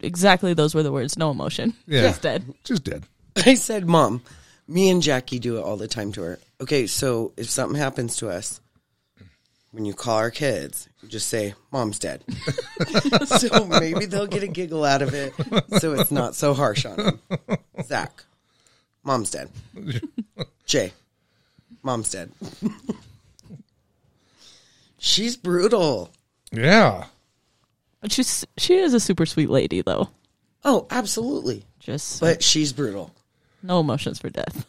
[SPEAKER 2] exactly those were the words. No emotion.
[SPEAKER 1] Yeah.
[SPEAKER 2] She's dead.
[SPEAKER 1] She's dead.
[SPEAKER 3] i said mom me and jackie do it all the time to her okay so if something happens to us when you call our kids, you just say, Mom's dead. so maybe they'll get a giggle out of it so it's not so harsh on them. Zach, Mom's dead. Jay, Mom's dead. She's brutal.
[SPEAKER 1] Yeah.
[SPEAKER 2] But she's she is a super sweet lady though.
[SPEAKER 3] Oh, absolutely.
[SPEAKER 2] Just
[SPEAKER 3] But she's brutal.
[SPEAKER 2] no emotions for death.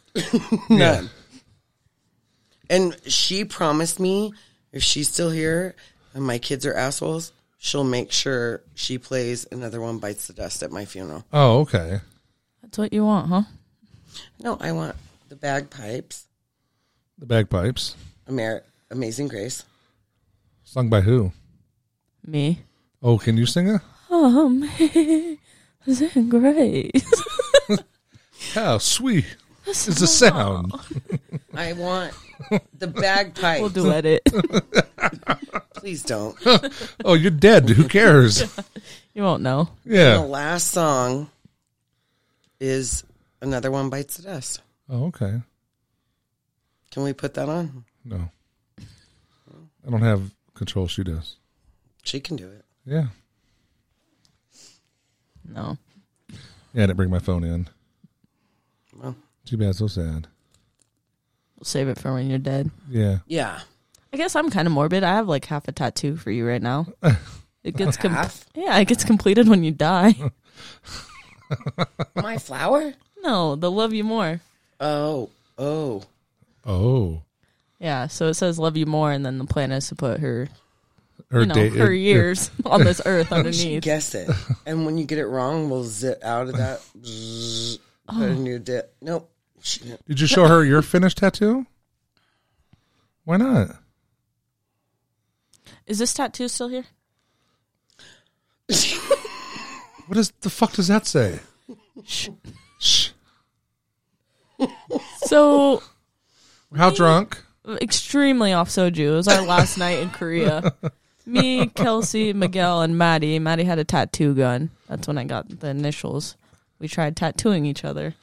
[SPEAKER 1] Yeah.
[SPEAKER 3] And she promised me if she's still here and my kids are assholes, she'll make sure she plays Another One Bites the Dust at my funeral.
[SPEAKER 1] Oh, okay.
[SPEAKER 2] That's what you want, huh?
[SPEAKER 3] No, I want the bagpipes,
[SPEAKER 1] The bagpipes.
[SPEAKER 3] Amer- Amazing Grace.
[SPEAKER 1] Sung by who?
[SPEAKER 2] Me.
[SPEAKER 1] Oh, can you sing it?
[SPEAKER 2] Oh man, isn't great.
[SPEAKER 1] How sweet is the sound.
[SPEAKER 3] I want the bagpipes.
[SPEAKER 2] We'll duet it.
[SPEAKER 3] Please don't.
[SPEAKER 1] Oh, you're dead. Who cares?
[SPEAKER 2] You won't know.
[SPEAKER 3] the
[SPEAKER 1] Yeah.
[SPEAKER 3] last song is Another One Bites the Dust.
[SPEAKER 1] Oh, okay.
[SPEAKER 3] Can we put that on?
[SPEAKER 1] No. I don't have control. She does.
[SPEAKER 3] She can do it.
[SPEAKER 1] Yeah.
[SPEAKER 2] No.
[SPEAKER 1] Yeah, I didn't bring my phone in.
[SPEAKER 3] Well,
[SPEAKER 1] Too bad. So sad.
[SPEAKER 2] We'll save it for when you're dead.
[SPEAKER 1] Yeah.
[SPEAKER 3] yeah.
[SPEAKER 2] I guess I'm kind of morbid. I have like half a tattoo for you right now. It gets com-
[SPEAKER 3] Half?
[SPEAKER 2] yeah, it gets completed when you die.
[SPEAKER 3] My flower?
[SPEAKER 2] No, they'll love you more.
[SPEAKER 3] Oh, oh.
[SPEAKER 1] Oh.
[SPEAKER 2] Yeah, so it says love you more, and then the plan is to put her,
[SPEAKER 1] Her
[SPEAKER 2] you know,
[SPEAKER 1] day-
[SPEAKER 2] her
[SPEAKER 1] it-
[SPEAKER 2] years on this earth underneath.
[SPEAKER 3] Guess it. And when you get it wrong, we'll zip out of that. Zzz, Put a new dip. Nope. She didn't.
[SPEAKER 1] Did you show her your finished tattoo? Why not?
[SPEAKER 2] Is this tattoo still here?
[SPEAKER 1] What is the fuck does that say? Shh.
[SPEAKER 2] So
[SPEAKER 1] How drunk?
[SPEAKER 2] extremely off soju. It was our last night in Korea. Me, Kelsey, Miguel, and Maddie. Maddie had a tattoo gun. That's when I got the initials. We tried tattooing each other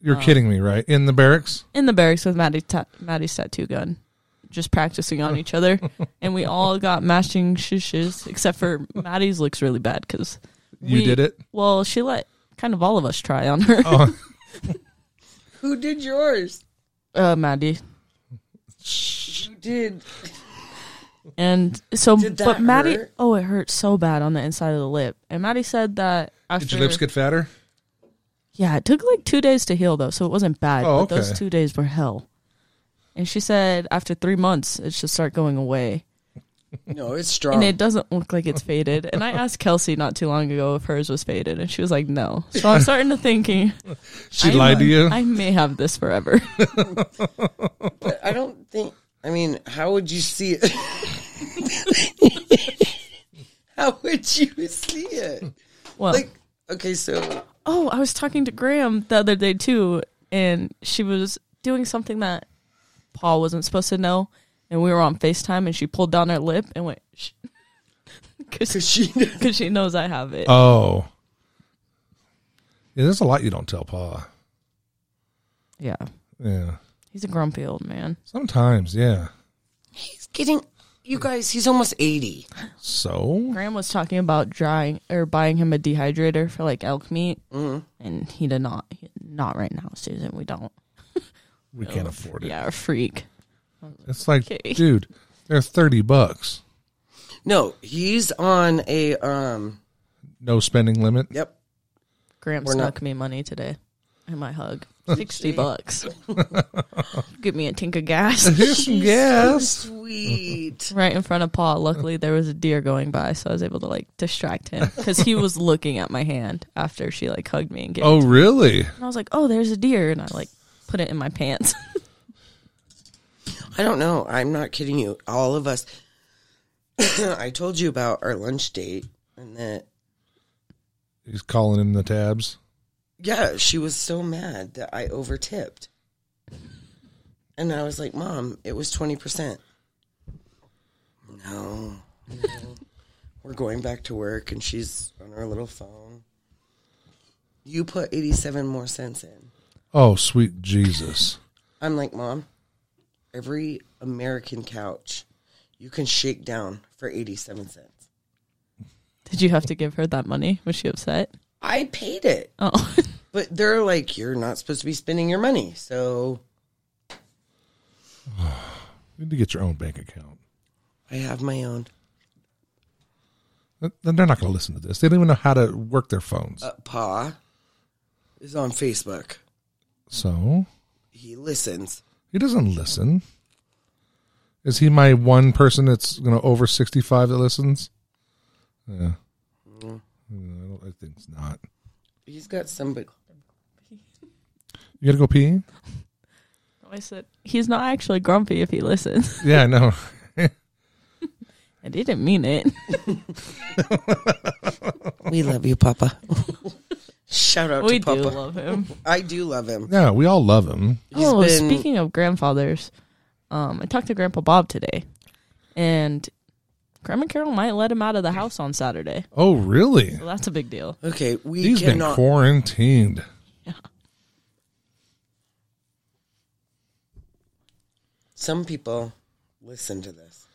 [SPEAKER 1] You're
[SPEAKER 2] Oh.
[SPEAKER 1] kidding me, right? In the barracks?
[SPEAKER 2] in the barracks with Maddie ta- Maddie's tattoo gun, just practicing on each other. And we all got matching shishes, except for Maddie's looks really bad because
[SPEAKER 1] You did it?
[SPEAKER 2] Well, she let kind of all of us try on her.
[SPEAKER 1] Oh,
[SPEAKER 3] Who did yours?
[SPEAKER 2] Uh, Maddie.
[SPEAKER 3] Who did?
[SPEAKER 2] And so,
[SPEAKER 3] Did that
[SPEAKER 2] but Maddie,
[SPEAKER 3] hurt?
[SPEAKER 2] oh, it hurt so bad on the inside of the lip. And Maddie said that after
[SPEAKER 1] did your lips get fatter?
[SPEAKER 2] Yeah, it took like two days to heal though, so it wasn't bad.
[SPEAKER 1] Oh,
[SPEAKER 2] but
[SPEAKER 1] okay.
[SPEAKER 2] those two days were hell. And she said after three months it should start going away.
[SPEAKER 3] No, it's strong.
[SPEAKER 2] And it doesn't look like it's faded. And I asked Kelsey not too long ago if hers was faded, and she was like, No. So I'm starting to thinking
[SPEAKER 1] She
[SPEAKER 2] I
[SPEAKER 1] lied to
[SPEAKER 2] might-
[SPEAKER 1] you?
[SPEAKER 2] I may have this forever.
[SPEAKER 3] But I don't think. I mean, how would you see it? how would you see it?
[SPEAKER 2] Well
[SPEAKER 3] Like, okay, so
[SPEAKER 2] Oh, I was talking to Graham the other day too, and she was doing something that Paul wasn't supposed to know, and we were on FaceTime, and she pulled down her lip and went,
[SPEAKER 3] because
[SPEAKER 2] because
[SPEAKER 3] she
[SPEAKER 2] she knows I have it.
[SPEAKER 1] Oh. Yeah, there's a lot you don't tell Pa.
[SPEAKER 2] yeah,
[SPEAKER 1] Yeah.
[SPEAKER 2] he's a grumpy old man.
[SPEAKER 1] Sometimes, yeah.
[SPEAKER 3] he's getting. You guys, he's almost eighty.
[SPEAKER 1] So?
[SPEAKER 2] Graham was talking about drying or buying him a dehydrator for like elk meat,
[SPEAKER 3] Mm-hmm.
[SPEAKER 2] and he did not. he- Not right now, Susan. We don't.
[SPEAKER 1] We can't afford it.
[SPEAKER 2] Oh, Yeah, a freak.
[SPEAKER 1] It's like,
[SPEAKER 2] Okay.
[SPEAKER 1] dude, they're 30 bucks.
[SPEAKER 3] No, he's on a um.
[SPEAKER 1] No spending limit.
[SPEAKER 3] Yep,
[SPEAKER 2] Graham
[SPEAKER 3] We're not-
[SPEAKER 2] snuck me money today. And my hug, sixty bucks. Give me a tink of gas.
[SPEAKER 1] Here's some gas.
[SPEAKER 3] sweet.
[SPEAKER 2] right in front of Paul. Luckily, there was a deer going by, so I was able to like distract him because he was looking at my hand after she like hugged me and gave.
[SPEAKER 1] Oh, really?
[SPEAKER 2] And I was like, "Oh, there's a deer," and I like put it in my pants.
[SPEAKER 3] I don't know. I'm not kidding you. All of us. I told you about our lunch date and that.
[SPEAKER 1] He's calling in the tabs.
[SPEAKER 3] Yeah, she was so mad that I overtipped. And I was like, Mom, it was 20%. No. no. We're going back to work and she's on her little phone. You put 87 more cents in.
[SPEAKER 1] Oh, sweet Jesus.
[SPEAKER 3] I'm like, Mom, every American couch you can shake down for 87 cents.
[SPEAKER 2] Did you have to give her that money? Was she upset?
[SPEAKER 3] I paid it,
[SPEAKER 2] Oh,
[SPEAKER 3] but they're like, you're not supposed to be spending your money. So
[SPEAKER 1] You need to get your own bank account.
[SPEAKER 3] I have my own.
[SPEAKER 1] Th- They're not going to listen to this. They don't even know how to work their phones.
[SPEAKER 3] Uh, Pa is on Facebook.
[SPEAKER 1] so
[SPEAKER 3] He listens.
[SPEAKER 1] he doesn't listen. Is he my one person that's going to over sixty five that listens? Yeah.
[SPEAKER 3] Mm.
[SPEAKER 1] Yeah, I, don't, I think it's not.
[SPEAKER 3] He's got somebody.
[SPEAKER 1] You got to go pee.
[SPEAKER 2] I said he's not actually grumpy if he listens.
[SPEAKER 1] Yeah, I know.
[SPEAKER 2] I didn't mean it.
[SPEAKER 3] We love you, Papa. Shout out
[SPEAKER 2] we
[SPEAKER 3] to
[SPEAKER 2] do
[SPEAKER 3] Papa.
[SPEAKER 2] love him.
[SPEAKER 3] I do love him.
[SPEAKER 1] Yeah, we all love him.
[SPEAKER 3] He's
[SPEAKER 2] oh,
[SPEAKER 3] been-
[SPEAKER 2] speaking of grandfathers, um, I talked to Grandpa Bob today, and Grandma Carol might let him out of the house on Saturday.
[SPEAKER 1] Oh, really?
[SPEAKER 2] So that's a big deal.
[SPEAKER 3] Okay, we
[SPEAKER 1] He's been
[SPEAKER 3] cannot.
[SPEAKER 1] quarantined.
[SPEAKER 3] Some people listen to this.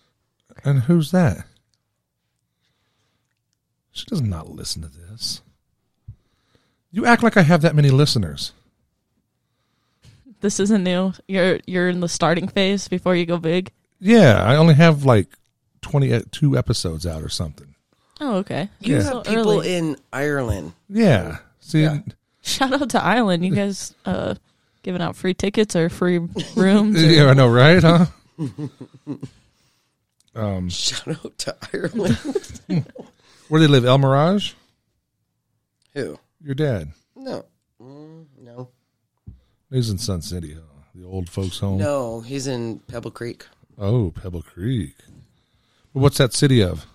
[SPEAKER 1] And who's that? She does not listen to this. You act like I have that many listeners.
[SPEAKER 2] This isn't new. You're you're in the starting phase before you go big.
[SPEAKER 1] Yeah, I only have like 22 episodes out or something.
[SPEAKER 2] Oh, okay.
[SPEAKER 3] You
[SPEAKER 1] Yeah.
[SPEAKER 2] So
[SPEAKER 3] have people
[SPEAKER 2] early.
[SPEAKER 3] in Ireland.
[SPEAKER 1] Yeah. See,
[SPEAKER 3] Yeah.
[SPEAKER 2] Shout out to Ireland. You guys uh, giving out free tickets or free rooms.
[SPEAKER 1] yeah, I know, right? Huh? Mm.
[SPEAKER 3] Shout out to Ireland.
[SPEAKER 1] Where do they live? El Mirage?
[SPEAKER 3] Who?
[SPEAKER 1] Your dad.
[SPEAKER 3] No. Mm, no.
[SPEAKER 1] He's in Sun City, huh? the old folks' home.
[SPEAKER 3] No, he's in Pebble Creek.
[SPEAKER 1] Oh, Pebble Creek. What's that city of?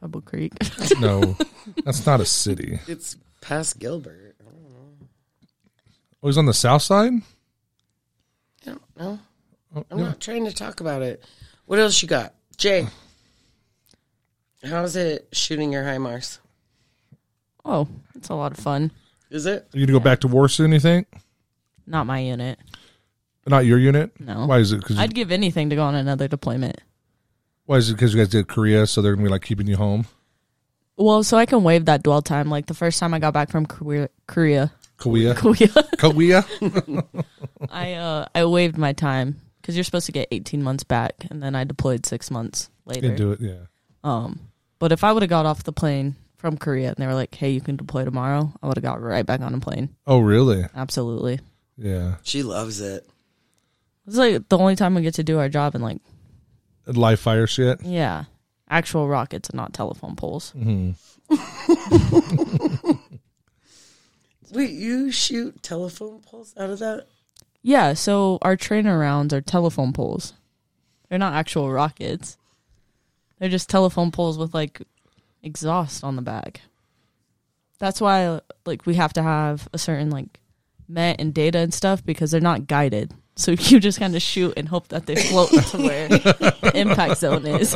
[SPEAKER 2] Pebble Creek.
[SPEAKER 1] No, that's not a city.
[SPEAKER 3] It's past Gilbert.
[SPEAKER 1] Oh, he's on the south side?
[SPEAKER 3] I don't know. I'm not trying to talk about it. What else you got? Jay. How's it shooting your HIMARS?
[SPEAKER 2] oh, it's a lot of fun.
[SPEAKER 3] Is it?
[SPEAKER 1] Are you going to go back to war soon, you think?
[SPEAKER 2] Not my unit.
[SPEAKER 1] Not your unit?
[SPEAKER 2] No.
[SPEAKER 1] Why is it? Because
[SPEAKER 2] I'd give anything to go on another deployment.
[SPEAKER 1] why is it? Because you guys did Korea, so they're gonna be like keeping you home.
[SPEAKER 2] Well, so I can waive that dwell time. Like the first time I got back from Korea, Korea,
[SPEAKER 1] Korea,
[SPEAKER 2] Korea
[SPEAKER 1] Korea.
[SPEAKER 2] I uh, I waived my time because you're supposed to get 18 months back, and then I deployed six months later.
[SPEAKER 1] Can do it. Yeah.
[SPEAKER 2] Um, but if I would have got off the plane from Korea and they were like, "Hey, you can deploy tomorrow," I would have got right back on a plane.
[SPEAKER 1] Oh, really?
[SPEAKER 2] Absolutely.
[SPEAKER 1] Yeah.
[SPEAKER 3] She loves it.
[SPEAKER 2] It's like the only time we get to do our job and like,
[SPEAKER 1] Live fire shit.
[SPEAKER 2] yeah, actual rockets and not telephone poles.
[SPEAKER 3] Wait, you shoot telephone poles out of that?
[SPEAKER 2] Yeah, so our trainer rounds are telephone poles. They're not actual rockets. They're just telephone poles with like exhaust on the back. That's why like we have to have a certain like met and data and stuff because they're not guided. So you just kind of shoot and hope that they float to where the impact zone is.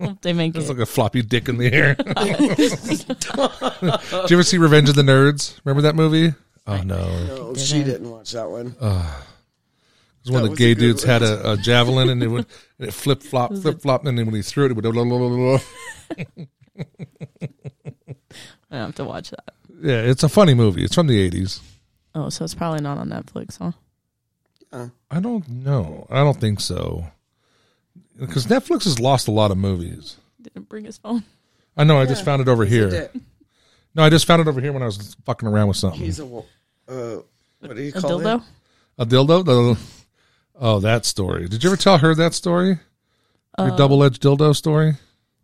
[SPEAKER 2] hope they make
[SPEAKER 1] It's
[SPEAKER 2] it.
[SPEAKER 1] like a floppy dick in the air. Did you ever see Revenge of the Nerds? Remember that movie? Oh no,
[SPEAKER 3] No, she didn't watch that one.
[SPEAKER 1] it was one of
[SPEAKER 3] That
[SPEAKER 1] the
[SPEAKER 3] was
[SPEAKER 1] gay
[SPEAKER 3] a good
[SPEAKER 1] dudes
[SPEAKER 3] one.
[SPEAKER 1] had a, a javelin and it would and it flip flop flip flop and then when he threw it, it would.
[SPEAKER 2] I have to watch that.
[SPEAKER 1] Yeah, it's a funny movie. It's from the eighties.
[SPEAKER 2] Oh, so it's probably not on Netflix, huh?
[SPEAKER 3] Uh,
[SPEAKER 1] I don't know. I don't think so. Because Netflix has lost a lot of movies.
[SPEAKER 2] Didn't bring his phone.
[SPEAKER 1] I know. I just found it over here.
[SPEAKER 3] Did-
[SPEAKER 1] No, I just found it over here when I was fucking around with something.
[SPEAKER 3] He's a wo- uh, what do you
[SPEAKER 2] A
[SPEAKER 3] call
[SPEAKER 2] dildo?
[SPEAKER 3] it?
[SPEAKER 1] a dildo. The- oh, that story. Did you ever tell her that story?
[SPEAKER 3] Um,
[SPEAKER 1] Your double-edged dildo story.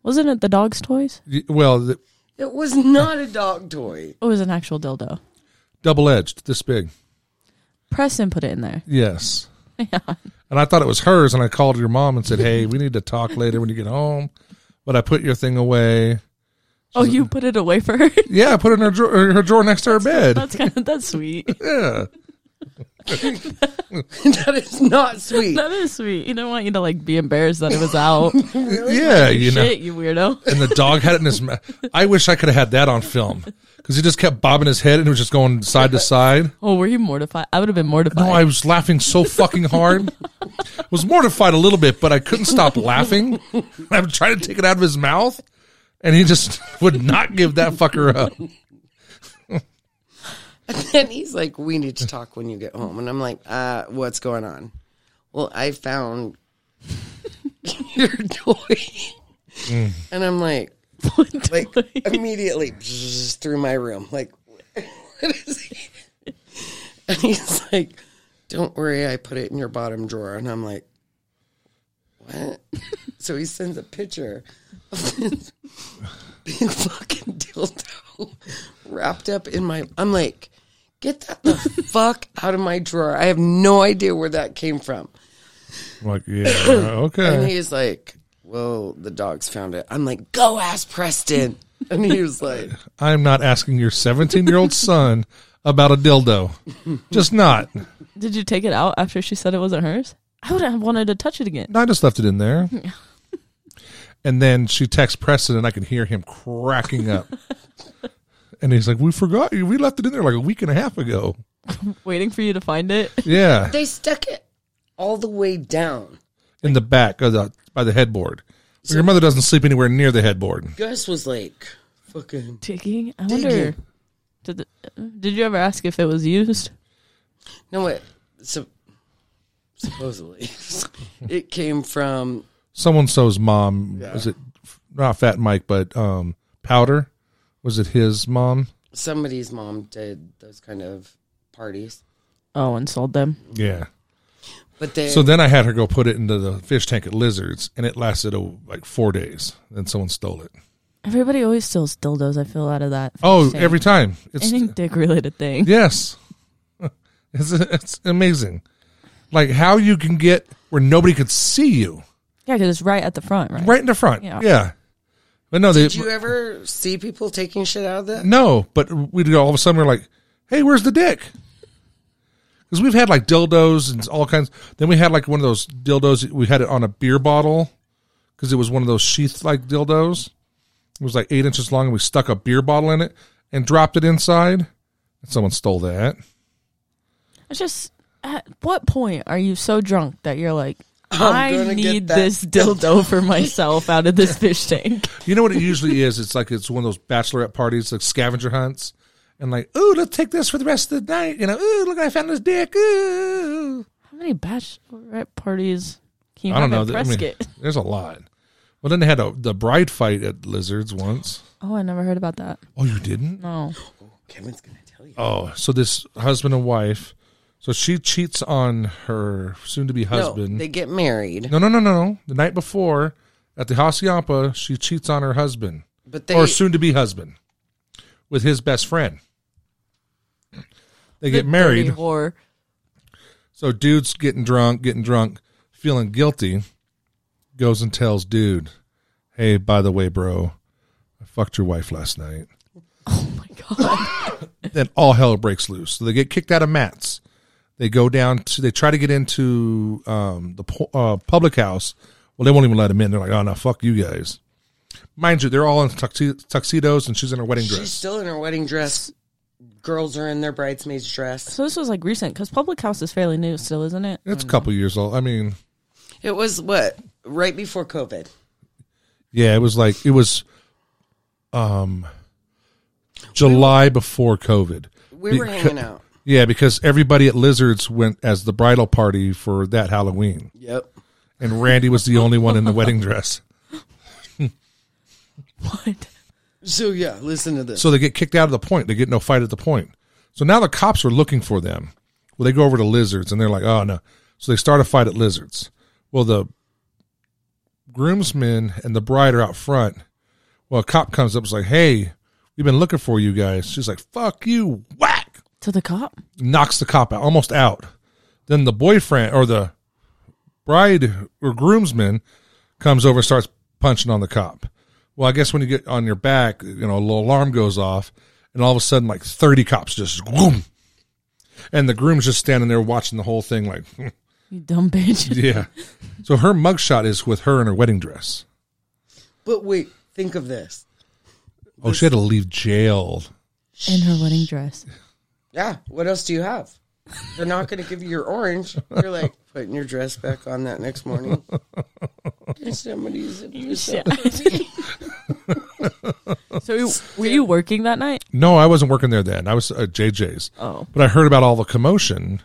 [SPEAKER 2] Wasn't it the dog's toys?
[SPEAKER 1] Y- Well, th-
[SPEAKER 3] It was not a dog toy.
[SPEAKER 2] It was an actual dildo.
[SPEAKER 1] double-edged, this big.
[SPEAKER 2] Press and put it in there.
[SPEAKER 1] Yes. And I thought it was hers, and I called your mom and said, "Hey, we need to talk later when you get home." But I put your thing away.
[SPEAKER 2] Oh, you put it away for her.
[SPEAKER 1] Yeah, I put it in her drawer, her drawer next to her bed.
[SPEAKER 2] that's kind of that's sweet.
[SPEAKER 1] Yeah.
[SPEAKER 3] that is not sweet.
[SPEAKER 2] That is sweet. You don't want you to like be embarrassed that it was out.
[SPEAKER 1] Yeah, you know.
[SPEAKER 2] Shit, you weirdo.
[SPEAKER 1] And the dog had it in his mouth. I wish I could have had that on film because he just kept bobbing his head and it was just going side to side.
[SPEAKER 2] Oh, were you mortified? I would have been mortified.
[SPEAKER 1] No, I was laughing so fucking hard. I was mortified a little bit, but I couldn't stop laughing. I would try to take it out of his mouth, and he just would not give that fucker up.
[SPEAKER 3] And he's like, "We need to talk when you get home." And I'm like, "Uh, what's going on?" Well, I found your toy, and I'm like, like immediately bzzz, through my room, like, what is he? And he's like, "Don't worry, I put it in your bottom drawer." And I'm like, "What?" so he sends a picture of this big fucking dildo wrapped up in my. I'm like, "Get that the fuck out of my drawer!" I have no idea where that came from.
[SPEAKER 1] I'm like, yeah, okay.
[SPEAKER 3] And he's like, "Well, the dogs found it." I'm like, "Go ask Preston." And he was like,
[SPEAKER 1] I'm not asking your 17 year old son about a dildo. Just not.
[SPEAKER 2] Did you take it out after she said it wasn't hers? I wouldn't have wanted to touch it again.
[SPEAKER 1] No, I just left it in there. And then she texts Preston, and I can hear him cracking up. and he's like, "We forgot you. We left it in there like a week and a half ago."
[SPEAKER 2] Waiting for you to find it.
[SPEAKER 1] Yeah,
[SPEAKER 3] "They stuck it all the way down."
[SPEAKER 1] in the back of the by the headboard. But your mother doesn't sleep anywhere near the headboard.
[SPEAKER 3] Gus was like, "Fucking."
[SPEAKER 2] Digging. I
[SPEAKER 3] Digging.
[SPEAKER 2] wonder. Did the, Did you ever ask if it was used?
[SPEAKER 3] No, it so, supposedly it came from
[SPEAKER 1] Someone so's mom was it not Fat Mike, but um, Powder was it his mom?
[SPEAKER 3] somebody's mom did those kind of parties,
[SPEAKER 2] Oh, and sold them.
[SPEAKER 1] Yeah.
[SPEAKER 3] but they
[SPEAKER 1] So then I had her go put it into the fish tank at Lizards, and it lasted oh, like four days. Then someone stole it.
[SPEAKER 2] Everybody always steals dildos. I feel out of that.
[SPEAKER 1] Oh,
[SPEAKER 2] Same.
[SPEAKER 1] every time it's
[SPEAKER 2] anything dick related thing.
[SPEAKER 1] Yes. It's, it's amazing. Like how you can get where nobody could see you
[SPEAKER 2] Yeah, because it's right at the front, right?
[SPEAKER 1] right in the front. Yeah.
[SPEAKER 2] Yeah.
[SPEAKER 1] But no, they,
[SPEAKER 3] did you ever see people taking shit out of that?
[SPEAKER 1] no, but we'd go all of a sudden we're like, hey, where's the dick? Because we've had like dildos and all kinds. Then we had like one of those dildos. We had it on a beer bottle because it was one of those sheath like dildos. It was like eight inches long and we stuck a beer bottle in it and dropped it inside. And someone stole that.
[SPEAKER 2] It's just at what point are you so drunk that you're like,
[SPEAKER 3] gonna
[SPEAKER 2] I
[SPEAKER 3] get
[SPEAKER 2] need
[SPEAKER 3] that
[SPEAKER 2] this dildo for myself out of this fish tank?
[SPEAKER 1] You know what it usually is? It's like it's one of those bachelorette parties, like scavenger hunts, and like, ooh, let's take this for the rest of the night. You know, ooh, look, I found this dick. Ooh,
[SPEAKER 2] How many bachelorette parties can you
[SPEAKER 1] I don't
[SPEAKER 2] have
[SPEAKER 1] know.
[SPEAKER 2] at
[SPEAKER 1] I mean,
[SPEAKER 2] Prescott?
[SPEAKER 1] there's a lot. Well, then they had a, the bride fight at Lizards once.
[SPEAKER 2] Oh, I never heard about that.
[SPEAKER 1] Oh, you didn't?
[SPEAKER 2] No.
[SPEAKER 3] Kevin's gonna tell you.
[SPEAKER 1] Oh, so this husband and wife. So she cheats on her soon-to-be husband.
[SPEAKER 3] No, they get married,
[SPEAKER 1] no, no, no, no. The night before at the hacienda, she cheats on her husband.
[SPEAKER 3] but they
[SPEAKER 1] or soon to be husband with his best friend. They get married.
[SPEAKER 2] Or
[SPEAKER 1] So dude's getting drunk, getting drunk, feeling guilty, goes and tells dude, Hey, by the way, bro, I fucked your wife last night.
[SPEAKER 2] Oh my God.
[SPEAKER 1] Then all hell breaks loose. So they get kicked out of Matt's. They go down to, they try to get into um, the po- uh, public house. Well, they won't even let him in. They're like, oh, no, fuck you guys. Mind you, they're all in tuxi- tuxedos and she's in her wedding
[SPEAKER 3] she's
[SPEAKER 1] dress.
[SPEAKER 3] still in her wedding dress. Girls are in their bridesmaid's dress.
[SPEAKER 2] So this was like recent because Public House is fairly new still, isn't it?
[SPEAKER 1] It's a couple years old. I mean,
[SPEAKER 3] It was what right before COVID.
[SPEAKER 1] Yeah, it was like it was um July before COVID.
[SPEAKER 3] We were
[SPEAKER 1] Beca-
[SPEAKER 3] hanging out.
[SPEAKER 1] Yeah, because everybody at Lizards went as the bridal party for that Halloween.
[SPEAKER 3] Yep.
[SPEAKER 1] And Randy was the only one in the wedding dress.
[SPEAKER 2] What?
[SPEAKER 3] So yeah, listen to this.
[SPEAKER 1] So they get kicked out of the point. They get no fight at the point. So now the cops are looking for them. Well, they go over to Lizards and they're like, oh no. So they start a fight at Lizards. Well, the groomsmen and the bride are out front. Well, a cop comes up and is like, hey, we've been looking for you guys. She's like, fuck you, whack.
[SPEAKER 2] To the cop?
[SPEAKER 1] Knocks the cop out, almost out. Then the boyfriend or the bride or groomsman comes over and starts punching on the cop. Well, I guess when you get on your back, you know, a little alarm goes off, and all of a sudden, like 30 cops just whoom. And the groom's just standing there watching the whole thing, like,
[SPEAKER 2] You dumb bitch.
[SPEAKER 1] yeah. So her mugshot is with her in her wedding dress.
[SPEAKER 3] But wait, think of this.
[SPEAKER 1] Oh, she had to leave jail.
[SPEAKER 2] In her wedding dress.
[SPEAKER 3] Yeah. What else do you have? They're not going to give you your orange. You're like putting your dress back on that next morning. Somebody's
[SPEAKER 2] so were you working that night?
[SPEAKER 1] No, I wasn't working there then. I was at JJ's.
[SPEAKER 2] Oh.
[SPEAKER 1] But I heard about all the commotion,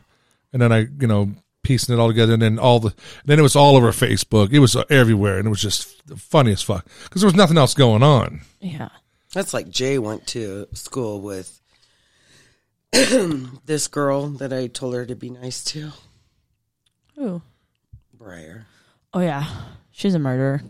[SPEAKER 1] and then I, you know, piecing it all together, and then all the, then it was all over Facebook. It was everywhere, and it was just funny as fuck because there was nothing else going on.
[SPEAKER 2] Yeah.
[SPEAKER 3] That's like Jay went to school with this girl that I told her to be nice to.
[SPEAKER 2] Ooh.
[SPEAKER 3] Briar.
[SPEAKER 2] Oh yeah. She's a murderer.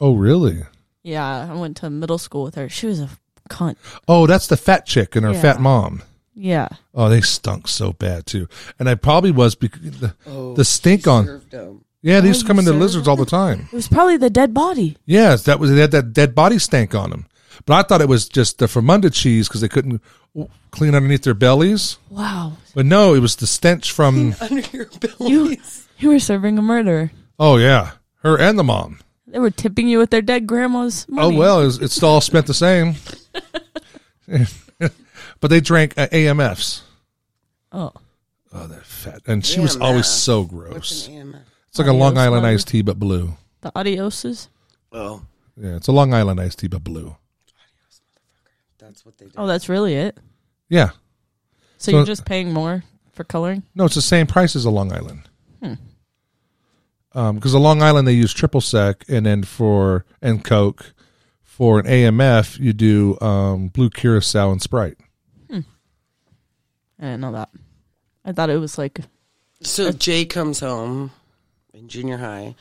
[SPEAKER 1] Oh, really?
[SPEAKER 2] Yeah, I went to middle school with her. She was a cunt.
[SPEAKER 1] Oh, that's the fat chick and her
[SPEAKER 2] Yeah.
[SPEAKER 1] fat mom.
[SPEAKER 2] Yeah.
[SPEAKER 1] Oh, they stunk so bad too, and I probably was because the,
[SPEAKER 3] Oh,
[SPEAKER 1] the stink on.
[SPEAKER 3] Served him.
[SPEAKER 1] Yeah, they used to
[SPEAKER 2] you
[SPEAKER 1] come in their
[SPEAKER 2] served
[SPEAKER 1] lizards all the time.
[SPEAKER 2] It was probably the dead body.
[SPEAKER 1] Yes, that was they had that dead body stank on them. But I thought it was just the Fermunda cheese because they couldn't w- clean underneath their bellies.
[SPEAKER 2] Wow.
[SPEAKER 1] But no, it was the stench from
[SPEAKER 3] Under your
[SPEAKER 2] You
[SPEAKER 3] bellies.
[SPEAKER 2] you were serving a murderer.
[SPEAKER 1] oh yeah, her and the mom.
[SPEAKER 2] They were tipping you with their dead grandma's money.
[SPEAKER 1] Oh well, it's, it's all spent the same. but they drank uh, AMFs.
[SPEAKER 2] Oh.
[SPEAKER 1] Oh, that fat, and she was always
[SPEAKER 3] AMF.
[SPEAKER 1] so
[SPEAKER 3] What's
[SPEAKER 1] gross.
[SPEAKER 3] an E AMF?
[SPEAKER 1] It's like a Long
[SPEAKER 2] Adios,
[SPEAKER 1] Island
[SPEAKER 2] Mama?
[SPEAKER 1] iced tea but blue.
[SPEAKER 2] The adioses?
[SPEAKER 3] Oh,
[SPEAKER 1] Yeah, it's a Long Island iced tea but blue.
[SPEAKER 3] that's what they did.
[SPEAKER 2] Oh, that's really it.
[SPEAKER 1] Yeah,
[SPEAKER 2] So,
[SPEAKER 1] So-
[SPEAKER 2] you're just paying more for coloring?
[SPEAKER 1] no, it's the same price as a Long Island.
[SPEAKER 3] Hmm.
[SPEAKER 1] Because a Long Island they use triple sec, and then for and Coke, for an AMF you do um, blue curacao and Sprite.
[SPEAKER 2] I didn't know that. I thought it was like
[SPEAKER 3] So Jay comes home in junior high.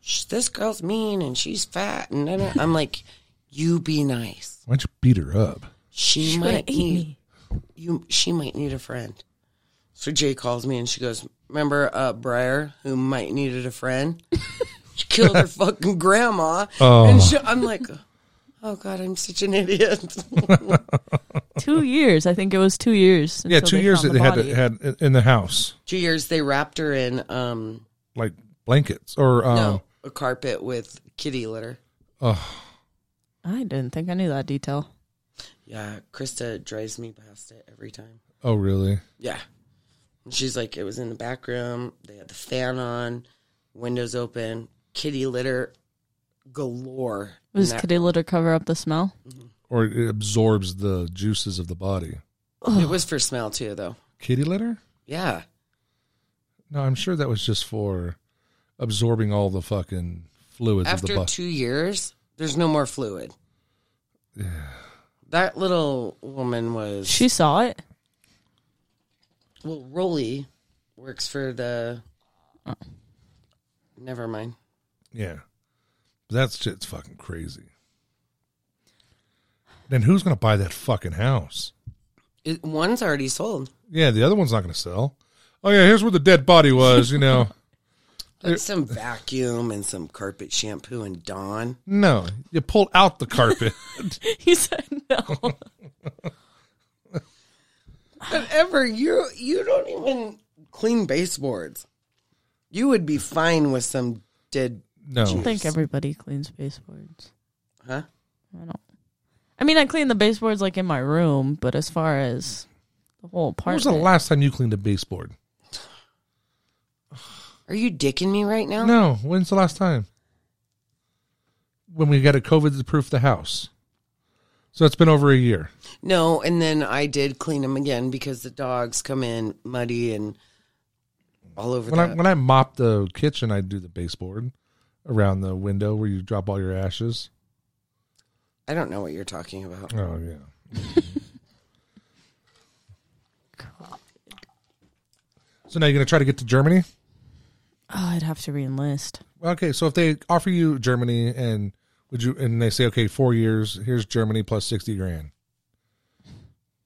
[SPEAKER 3] "Sh- This girl's mean and she's fat. And then I- I'm like, you be nice.
[SPEAKER 1] Why'd you beat her up?
[SPEAKER 3] She,
[SPEAKER 2] she would have
[SPEAKER 3] might
[SPEAKER 2] ate
[SPEAKER 3] need
[SPEAKER 2] me.
[SPEAKER 3] you. She might need a friend. So Jay calls me and she goes, "Remember uh, Briar, who might needed a friend? she killed her fucking grandma."
[SPEAKER 1] Oh.
[SPEAKER 3] And she, I'm like, "Oh God, I'm such an idiot."
[SPEAKER 2] two years. I think it was two years.
[SPEAKER 1] Yeah,
[SPEAKER 2] until
[SPEAKER 1] two years that
[SPEAKER 2] found
[SPEAKER 1] they
[SPEAKER 2] the
[SPEAKER 1] had
[SPEAKER 2] body.
[SPEAKER 1] had in- in the house,
[SPEAKER 3] Two years they wrapped her in um,
[SPEAKER 1] like blankets or um,
[SPEAKER 3] no, a carpet with kitty litter.
[SPEAKER 2] I didn't think I knew that detail.
[SPEAKER 3] Yeah, Krista drives me past it every time.
[SPEAKER 1] oh really?
[SPEAKER 3] Yeah. And she's like, it was in the back room. They had the fan on, windows open, kitty litter galore.
[SPEAKER 2] Was
[SPEAKER 3] in that-
[SPEAKER 2] kitty litter cover up the smell?
[SPEAKER 1] Or it absorbs the juices of the body.
[SPEAKER 3] it was for smell too, though.
[SPEAKER 1] Kitty litter?
[SPEAKER 3] Yeah.
[SPEAKER 1] No, I'm sure that was just for absorbing all the fucking fluids of the
[SPEAKER 3] After
[SPEAKER 1] body.
[SPEAKER 3] two years, there's no more fluid. That little woman was.
[SPEAKER 2] She saw it.
[SPEAKER 3] well, Rolly works for the.
[SPEAKER 2] Uh.
[SPEAKER 3] Never mind.
[SPEAKER 1] yeah, that shit's fucking crazy. Then who's gonna buy that fucking house?
[SPEAKER 3] It, one's already sold.
[SPEAKER 1] Yeah, the other one's not gonna sell. Oh yeah, here's where the dead body was. You know,
[SPEAKER 3] Put some vacuum and some carpet shampoo and Dawn.
[SPEAKER 1] no, you pull out the carpet.
[SPEAKER 2] He said no.
[SPEAKER 3] Whatever you you don't even clean baseboards. You would be fine with some dead,
[SPEAKER 2] I
[SPEAKER 1] No,
[SPEAKER 2] think everybody cleans baseboards.
[SPEAKER 3] huh?
[SPEAKER 2] I don't. I mean, I clean the baseboards like in my room, but as far as the whole
[SPEAKER 1] when was
[SPEAKER 2] apartment,
[SPEAKER 1] the last time you cleaned a baseboard?
[SPEAKER 3] Are you dicking me right now?
[SPEAKER 1] No, when's the last time? When we got a COVID to proof the house. So it's been over a year.
[SPEAKER 3] No, and then I did clean them again because the dogs come in muddy and all over
[SPEAKER 1] When I
[SPEAKER 3] the
[SPEAKER 1] when I mop the kitchen, I do the baseboard around the window where you drop all your ashes.
[SPEAKER 3] I don't know what you're talking about.
[SPEAKER 1] Oh yeah. so now you're gonna try to get to Germany?
[SPEAKER 2] oh, I'd have to reenlist.
[SPEAKER 1] Well, Okay, so if they offer you Germany and would you and they say, Okay, four years, here's Germany plus sixty grand.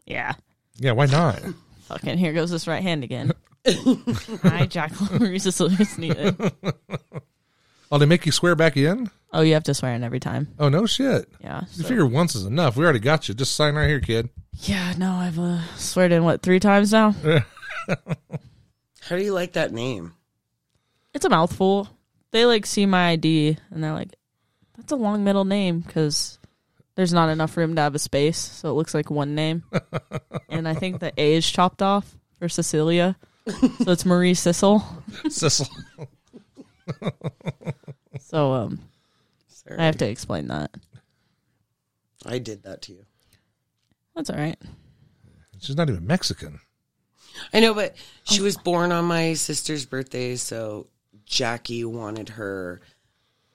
[SPEAKER 2] Yeah,
[SPEAKER 1] Yeah, why not?
[SPEAKER 2] fucking here goes this right hand again. Hi, Jacqueline resistance needed.
[SPEAKER 1] oh, they make you swear back in?
[SPEAKER 2] Oh, you have to swear in every time.
[SPEAKER 1] Oh no shit.
[SPEAKER 2] Yeah.
[SPEAKER 1] You
[SPEAKER 2] so-
[SPEAKER 1] figure once is enough. We already got you. Just sign right here, kid.
[SPEAKER 2] Yeah. No, I've uh, sweared in what three times now.
[SPEAKER 3] How do you like that name?
[SPEAKER 2] It's a mouthful. They like see my ID and they're like, that's a long middle name because there's not enough room to have a space. So it looks like one name. and I think the A is chopped off for Cecilia. So it's Marie Sissel.
[SPEAKER 1] Sissel.
[SPEAKER 2] So um,
[SPEAKER 3] Sorry.
[SPEAKER 2] I have to explain that.
[SPEAKER 3] I did that to you.
[SPEAKER 2] That's all right.
[SPEAKER 1] She's not even Mexican.
[SPEAKER 3] I know, but she was born on my sister's birthday, so Jackie wanted her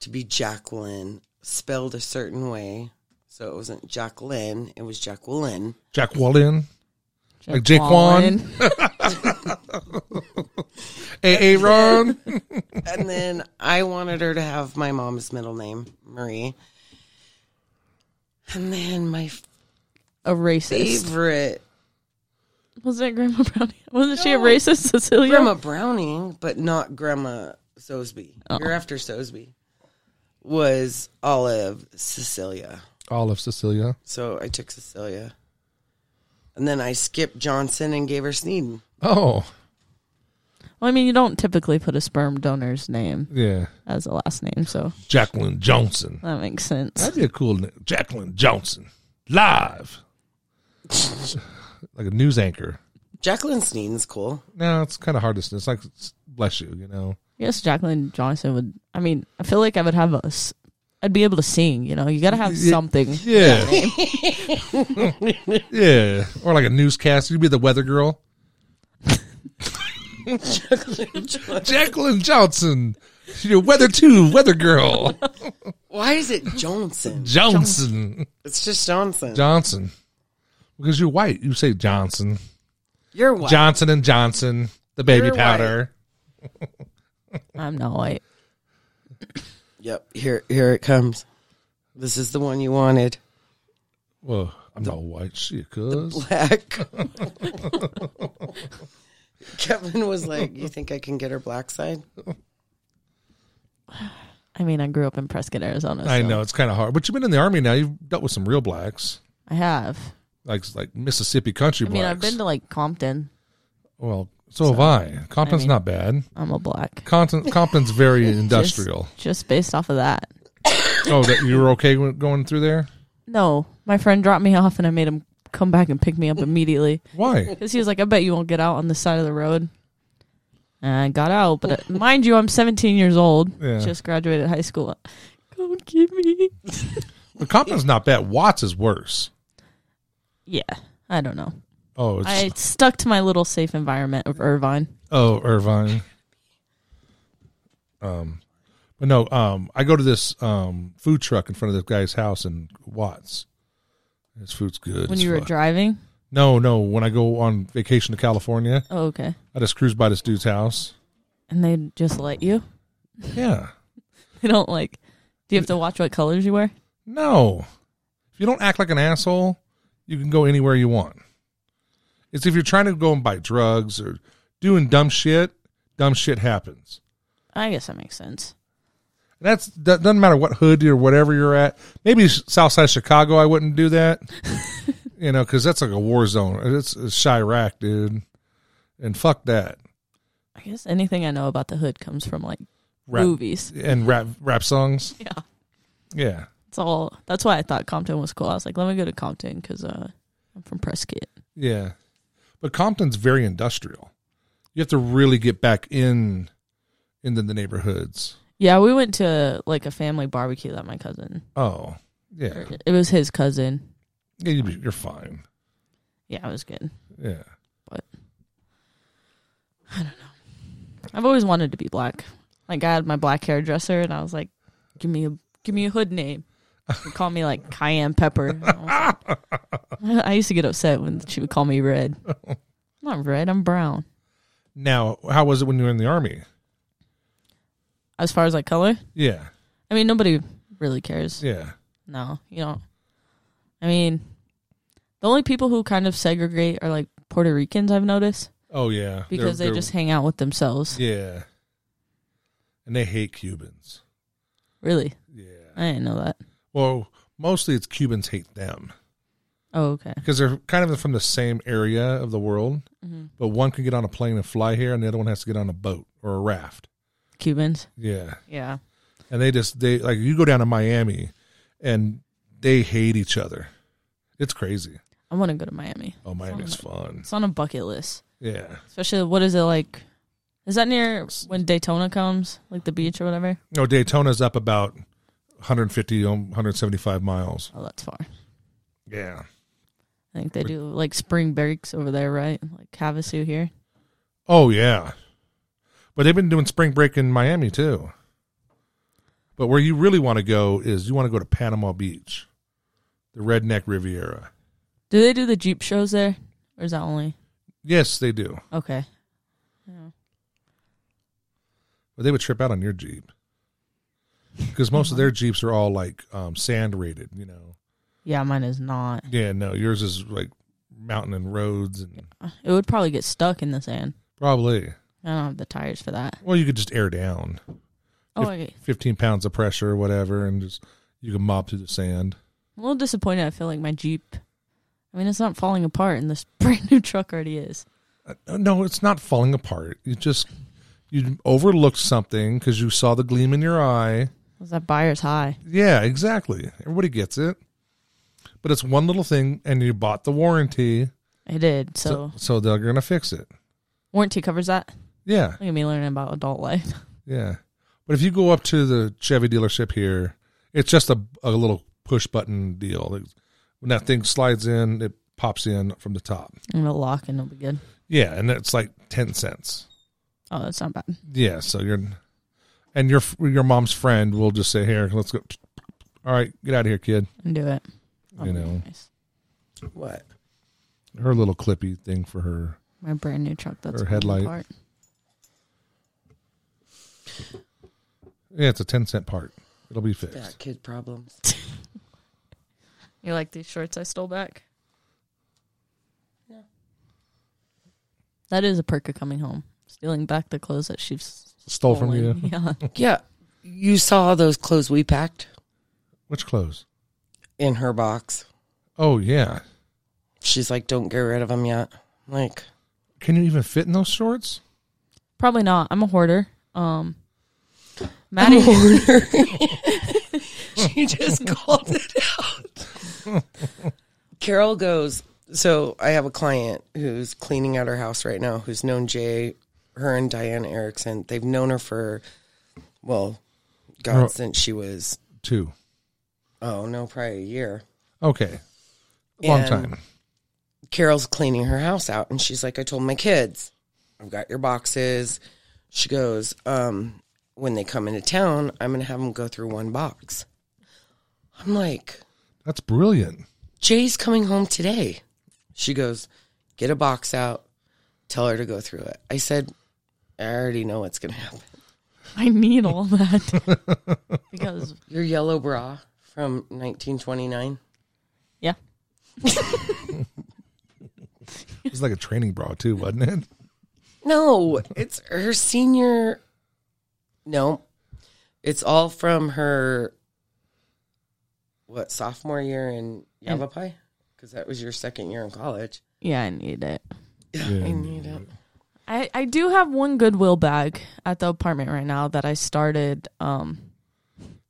[SPEAKER 3] to be Jacqueline, spelled a certain way. So it wasn't Jacqueline, it was Jacqueline.
[SPEAKER 1] Jack Wallin. Like Jaquan?
[SPEAKER 2] Jaquan.
[SPEAKER 1] Hey, Aaron.
[SPEAKER 3] and then I wanted her to have my mom's middle name, Marie. And then my
[SPEAKER 2] A racist.
[SPEAKER 3] favorite
[SPEAKER 2] Wasn't it Grandma Brownie? Wasn't she a racist, Cecilia?
[SPEAKER 3] Grandma Browning, but not Grandma Sosby. You're after Sosby. Was Olive Cecilia.
[SPEAKER 1] Olive Cecilia.
[SPEAKER 3] So I took Cecilia. And then I skipped Johnson and gave her Sneeden.
[SPEAKER 1] Oh,
[SPEAKER 2] Well, I mean, you don't typically put a sperm donor's name
[SPEAKER 1] yeah.
[SPEAKER 2] as a last name, so
[SPEAKER 1] Jacqueline Johnson.
[SPEAKER 2] that makes sense.
[SPEAKER 1] That'd be a cool name. Jacqueline Johnson. Live. like a news anchor.
[SPEAKER 3] Jacqueline Sneeden's cool.
[SPEAKER 1] No, it's kind of hard to. It's like, it's- bless you, you know.
[SPEAKER 2] Yes, Jacqueline Johnson would. I mean, I feel like I would have a. s- I'd be able to sing. You know, you gotta have something.
[SPEAKER 1] Yeah. yeah. Or like a newscaster. You'd be the weather girl. Jacqueline Johnson. Your weather too, weather girl.
[SPEAKER 3] Why is it Johnson?
[SPEAKER 1] Johnson.
[SPEAKER 3] It's just Johnson.
[SPEAKER 1] Johnson. Because you're white. You say Johnson.
[SPEAKER 3] You're what?
[SPEAKER 1] Johnson and Johnson. The baby
[SPEAKER 3] You're
[SPEAKER 1] powder.
[SPEAKER 2] I'm not white.
[SPEAKER 3] yep. Here, here it comes. This is the one you wanted.
[SPEAKER 1] Well, I'm not white. Shit, cuz.
[SPEAKER 3] Black. Kevin was like, "You think I can get her black side?"
[SPEAKER 2] I mean, I grew up in Prescott, Arizona. So
[SPEAKER 1] I know it's kind of hard, but you've been in the army now. You've dealt with some real blacks,
[SPEAKER 2] I have.
[SPEAKER 1] like like Mississippi country
[SPEAKER 2] I
[SPEAKER 1] blacks.
[SPEAKER 2] mean, I've been to like Compton.
[SPEAKER 1] Well, so, have I. Compton's
[SPEAKER 2] I mean-
[SPEAKER 1] not bad.
[SPEAKER 2] I'm a black.
[SPEAKER 1] Compton, Compton's very industrial.
[SPEAKER 2] Just, just based off of that.
[SPEAKER 1] oh, that you were okay with going through there?
[SPEAKER 2] No, my friend dropped me off, and I made him come back and pick me up immediately.
[SPEAKER 1] Why?
[SPEAKER 2] Because he was like, I bet you won't get out on the side of the road. And I got out, but uh, mind you, I'm 17 years old.
[SPEAKER 1] Yeah.
[SPEAKER 2] Just graduated high school. Come get me.
[SPEAKER 1] But Compton's not bad. Watts is worse.
[SPEAKER 2] Yeah, I don't know.
[SPEAKER 1] Oh, it's,
[SPEAKER 2] I stuck to my little safe environment of Irvine.
[SPEAKER 1] oh, Irvine. Um, but no, um, I go to this um food truck in front of this guy's house in Watts. His food's good.
[SPEAKER 2] When
[SPEAKER 1] as
[SPEAKER 2] you were
[SPEAKER 1] fuck.
[SPEAKER 2] driving?
[SPEAKER 1] no, no, when I go on vacation to California,
[SPEAKER 2] Oh, okay.
[SPEAKER 1] I just cruise by this dude's house.
[SPEAKER 2] And they just let you?
[SPEAKER 1] Yeah.
[SPEAKER 2] They don't like. Do you have to watch what colors you wear?
[SPEAKER 1] No. If you don't act like an asshole, you can go anywhere you want. It's if you're trying to go and buy drugs or doing dumb shit, dumb shit happens.
[SPEAKER 2] I guess that makes sense.
[SPEAKER 1] And that's that doesn't matter what hood or whatever you're at. Maybe s- Southside Chicago, I wouldn't do that. you know, because that's like a war zone. It's, it's Chirac, dude. And fuck that.
[SPEAKER 2] I guess anything I know about the hood comes from like
[SPEAKER 1] Rap,
[SPEAKER 2] movies.
[SPEAKER 1] and rap rap songs.
[SPEAKER 2] Yeah.
[SPEAKER 1] Yeah.
[SPEAKER 2] It's all. That's why I thought Compton was cool. I was like, let me go to Compton because uh, I'm from Prescott.
[SPEAKER 1] Yeah. But Compton's very industrial. You have to really get back in into the neighborhoods.
[SPEAKER 2] Yeah, we went to like a family barbecue that my cousin.
[SPEAKER 1] Oh, yeah.
[SPEAKER 2] or It was his cousin.
[SPEAKER 1] yeah you'd be- you're fine.
[SPEAKER 2] Yeah, it was good.
[SPEAKER 1] Yeah.
[SPEAKER 2] I've always wanted to be black. Like I had my black hairdresser, and I was like, "Give me a give me a hood name." She would call me like Cayenne Pepper. And I, was like- I used to get upset when she would call me red. I'm not red. I'm brown.
[SPEAKER 1] Now, how was it when you were in the army?
[SPEAKER 2] As far as like color,
[SPEAKER 1] Yeah.
[SPEAKER 2] I mean, nobody really cares.
[SPEAKER 1] Yeah.
[SPEAKER 2] No, you don't. I mean, the only people who kind of segregate are like Puerto Ricans. I've noticed
[SPEAKER 1] Oh, yeah. They're-
[SPEAKER 2] because
[SPEAKER 1] they're-
[SPEAKER 2] they just hang out with themselves.
[SPEAKER 1] Yeah. And they hate Cubans.
[SPEAKER 2] Really,
[SPEAKER 1] Yeah.
[SPEAKER 2] I didn't know that.
[SPEAKER 1] Well, mostly it's Cubans hate them.
[SPEAKER 2] Oh, okay.
[SPEAKER 1] because they're kind of from the same area of the world,
[SPEAKER 2] Mm-hmm.
[SPEAKER 1] but one can get on a plane and fly here, and the other one has to get on a boat or a raft.
[SPEAKER 2] Cubans.
[SPEAKER 1] Yeah,
[SPEAKER 2] Yeah.
[SPEAKER 1] and they just they like you go down to Miami, and they hate each other. It's crazy.
[SPEAKER 2] I want to go to Miami.
[SPEAKER 1] Oh, Miami's fun.
[SPEAKER 2] It's on a bucket list.
[SPEAKER 1] Yeah.
[SPEAKER 2] Especially, what is it like? Is that near when Daytona comes, like the beach or whatever?
[SPEAKER 1] No, Daytona's up about 150, um, 175 miles.
[SPEAKER 2] Oh, that's far.
[SPEAKER 1] Yeah.
[SPEAKER 2] I think they do like spring breaks over there, right? Like Havasu here.
[SPEAKER 1] Oh yeah. But they've been doing spring break in Miami too. But where you really want to go is you want to go to Panama Beach, the Redneck Riviera.
[SPEAKER 2] Do they do the Jeep shows there? Or is that only?
[SPEAKER 1] Yes, they do.
[SPEAKER 2] Okay.
[SPEAKER 1] But they would trip out on your Jeep. Because most of their Jeeps are all like um, sand rated, you know.
[SPEAKER 2] Yeah, mine is not.
[SPEAKER 1] Yeah, no, yours is like mountain and roads and
[SPEAKER 2] It would probably get stuck in the sand.
[SPEAKER 1] probably.
[SPEAKER 2] I don't have the tires for that.
[SPEAKER 1] Well, you could just air down
[SPEAKER 2] Oh, okay.
[SPEAKER 1] 15 pounds of pressure or whatever, and just you can mob through the sand.
[SPEAKER 2] I'm a little disappointed. I feel like my Jeep. I mean, it's not falling apart, and this brand new truck already is.
[SPEAKER 1] Uh, No, it's not falling apart. You just you overlooked something because you saw the gleam in your eye.
[SPEAKER 2] Was that buyer's high?
[SPEAKER 1] Yeah, exactly. Everybody gets it, but it's one little thing, and you bought the warranty,
[SPEAKER 2] I did. So,
[SPEAKER 1] so so they're gonna fix it.
[SPEAKER 2] warranty covers that.
[SPEAKER 1] Yeah,
[SPEAKER 2] Look at me learning about adult life.
[SPEAKER 1] yeah. But if you go up to the Chevy dealership here, it's just a a little push button deal. Like, When that thing slides in, it pops in from the top.
[SPEAKER 2] I'm gonna lock, and it'll be good.
[SPEAKER 1] Yeah, and it's like ten cents.
[SPEAKER 2] Oh, that's not bad.
[SPEAKER 1] Yeah, so you're, and your your mom's friend will just say, "Here, let's go." All right, get out of here, kid.
[SPEAKER 2] And do it. Oh,
[SPEAKER 1] You know.
[SPEAKER 2] nice.
[SPEAKER 3] What?
[SPEAKER 1] Her little clippy thing for her.
[SPEAKER 2] my brand new truck. That's
[SPEAKER 1] Or
[SPEAKER 2] falling
[SPEAKER 1] headlight.
[SPEAKER 2] apart.
[SPEAKER 1] Yeah, it's a ten cent part. It'll be fixed.
[SPEAKER 3] Yeah, kid problems.
[SPEAKER 2] You like these shorts I stole back?
[SPEAKER 3] No.
[SPEAKER 2] That is a perk of coming home. Stealing back the clothes that she's
[SPEAKER 1] Stole from
[SPEAKER 2] stolen.
[SPEAKER 1] you.
[SPEAKER 2] Yeah.
[SPEAKER 3] Yeah. You saw those clothes we packed
[SPEAKER 1] Which clothes?
[SPEAKER 3] in her box.
[SPEAKER 1] Oh yeah.
[SPEAKER 3] She's like, don't get rid of them yet. I'm Like,
[SPEAKER 1] Can you even fit in those shorts?
[SPEAKER 2] Probably not. I'm a hoarder. Um Maddie
[SPEAKER 3] she just called it out. Carol goes, So I have a client who's cleaning out her house right now who's known Jay, her and Diane Erickson. They've known her for, well, God,
[SPEAKER 1] Oh.
[SPEAKER 3] since she was,
[SPEAKER 1] Two.
[SPEAKER 3] oh no, probably a year.
[SPEAKER 1] Okay. Long
[SPEAKER 3] And-
[SPEAKER 1] time.
[SPEAKER 3] Carol's cleaning her house out and she's like, I told my kids, I've got your boxes. She goes, um, when they come into town, I'm going to have them go through one box. I'm like,
[SPEAKER 1] That's brilliant.
[SPEAKER 3] Jay's coming home today. She goes, get a box out, tell her to go through it. I said, I already know what's going to happen.
[SPEAKER 2] I need all that. because
[SPEAKER 3] Your yellow bra from 1929.
[SPEAKER 2] yeah.
[SPEAKER 1] It's like a training bra too, wasn't it?
[SPEAKER 3] No, it's her senior. No, it's all from her. What sophomore year in Yavapai? Because that was your second year in college.
[SPEAKER 2] Yeah, I need it.
[SPEAKER 3] Yeah, I need it.
[SPEAKER 2] I, I do have one Goodwill bag at the apartment right now that I started. Um,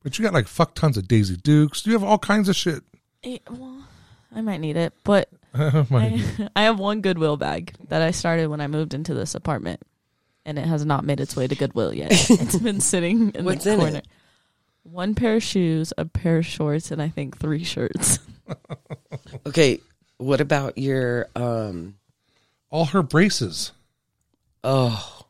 [SPEAKER 1] But you got like fuck tons of Daisy Dukes. You have all kinds of shit.
[SPEAKER 2] it- eh, well, I might need it, but
[SPEAKER 1] Oh my
[SPEAKER 2] I have one Goodwill bag that I started when I moved into this apartment, and it has not made its way to Goodwill yet. it's been sitting in
[SPEAKER 3] What's
[SPEAKER 2] the
[SPEAKER 3] in
[SPEAKER 2] corner.
[SPEAKER 3] it?
[SPEAKER 2] One pair of shoes, a pair of shorts, and I think three shirts.
[SPEAKER 3] Okay, what about your um?
[SPEAKER 1] all her braces.
[SPEAKER 3] Oh,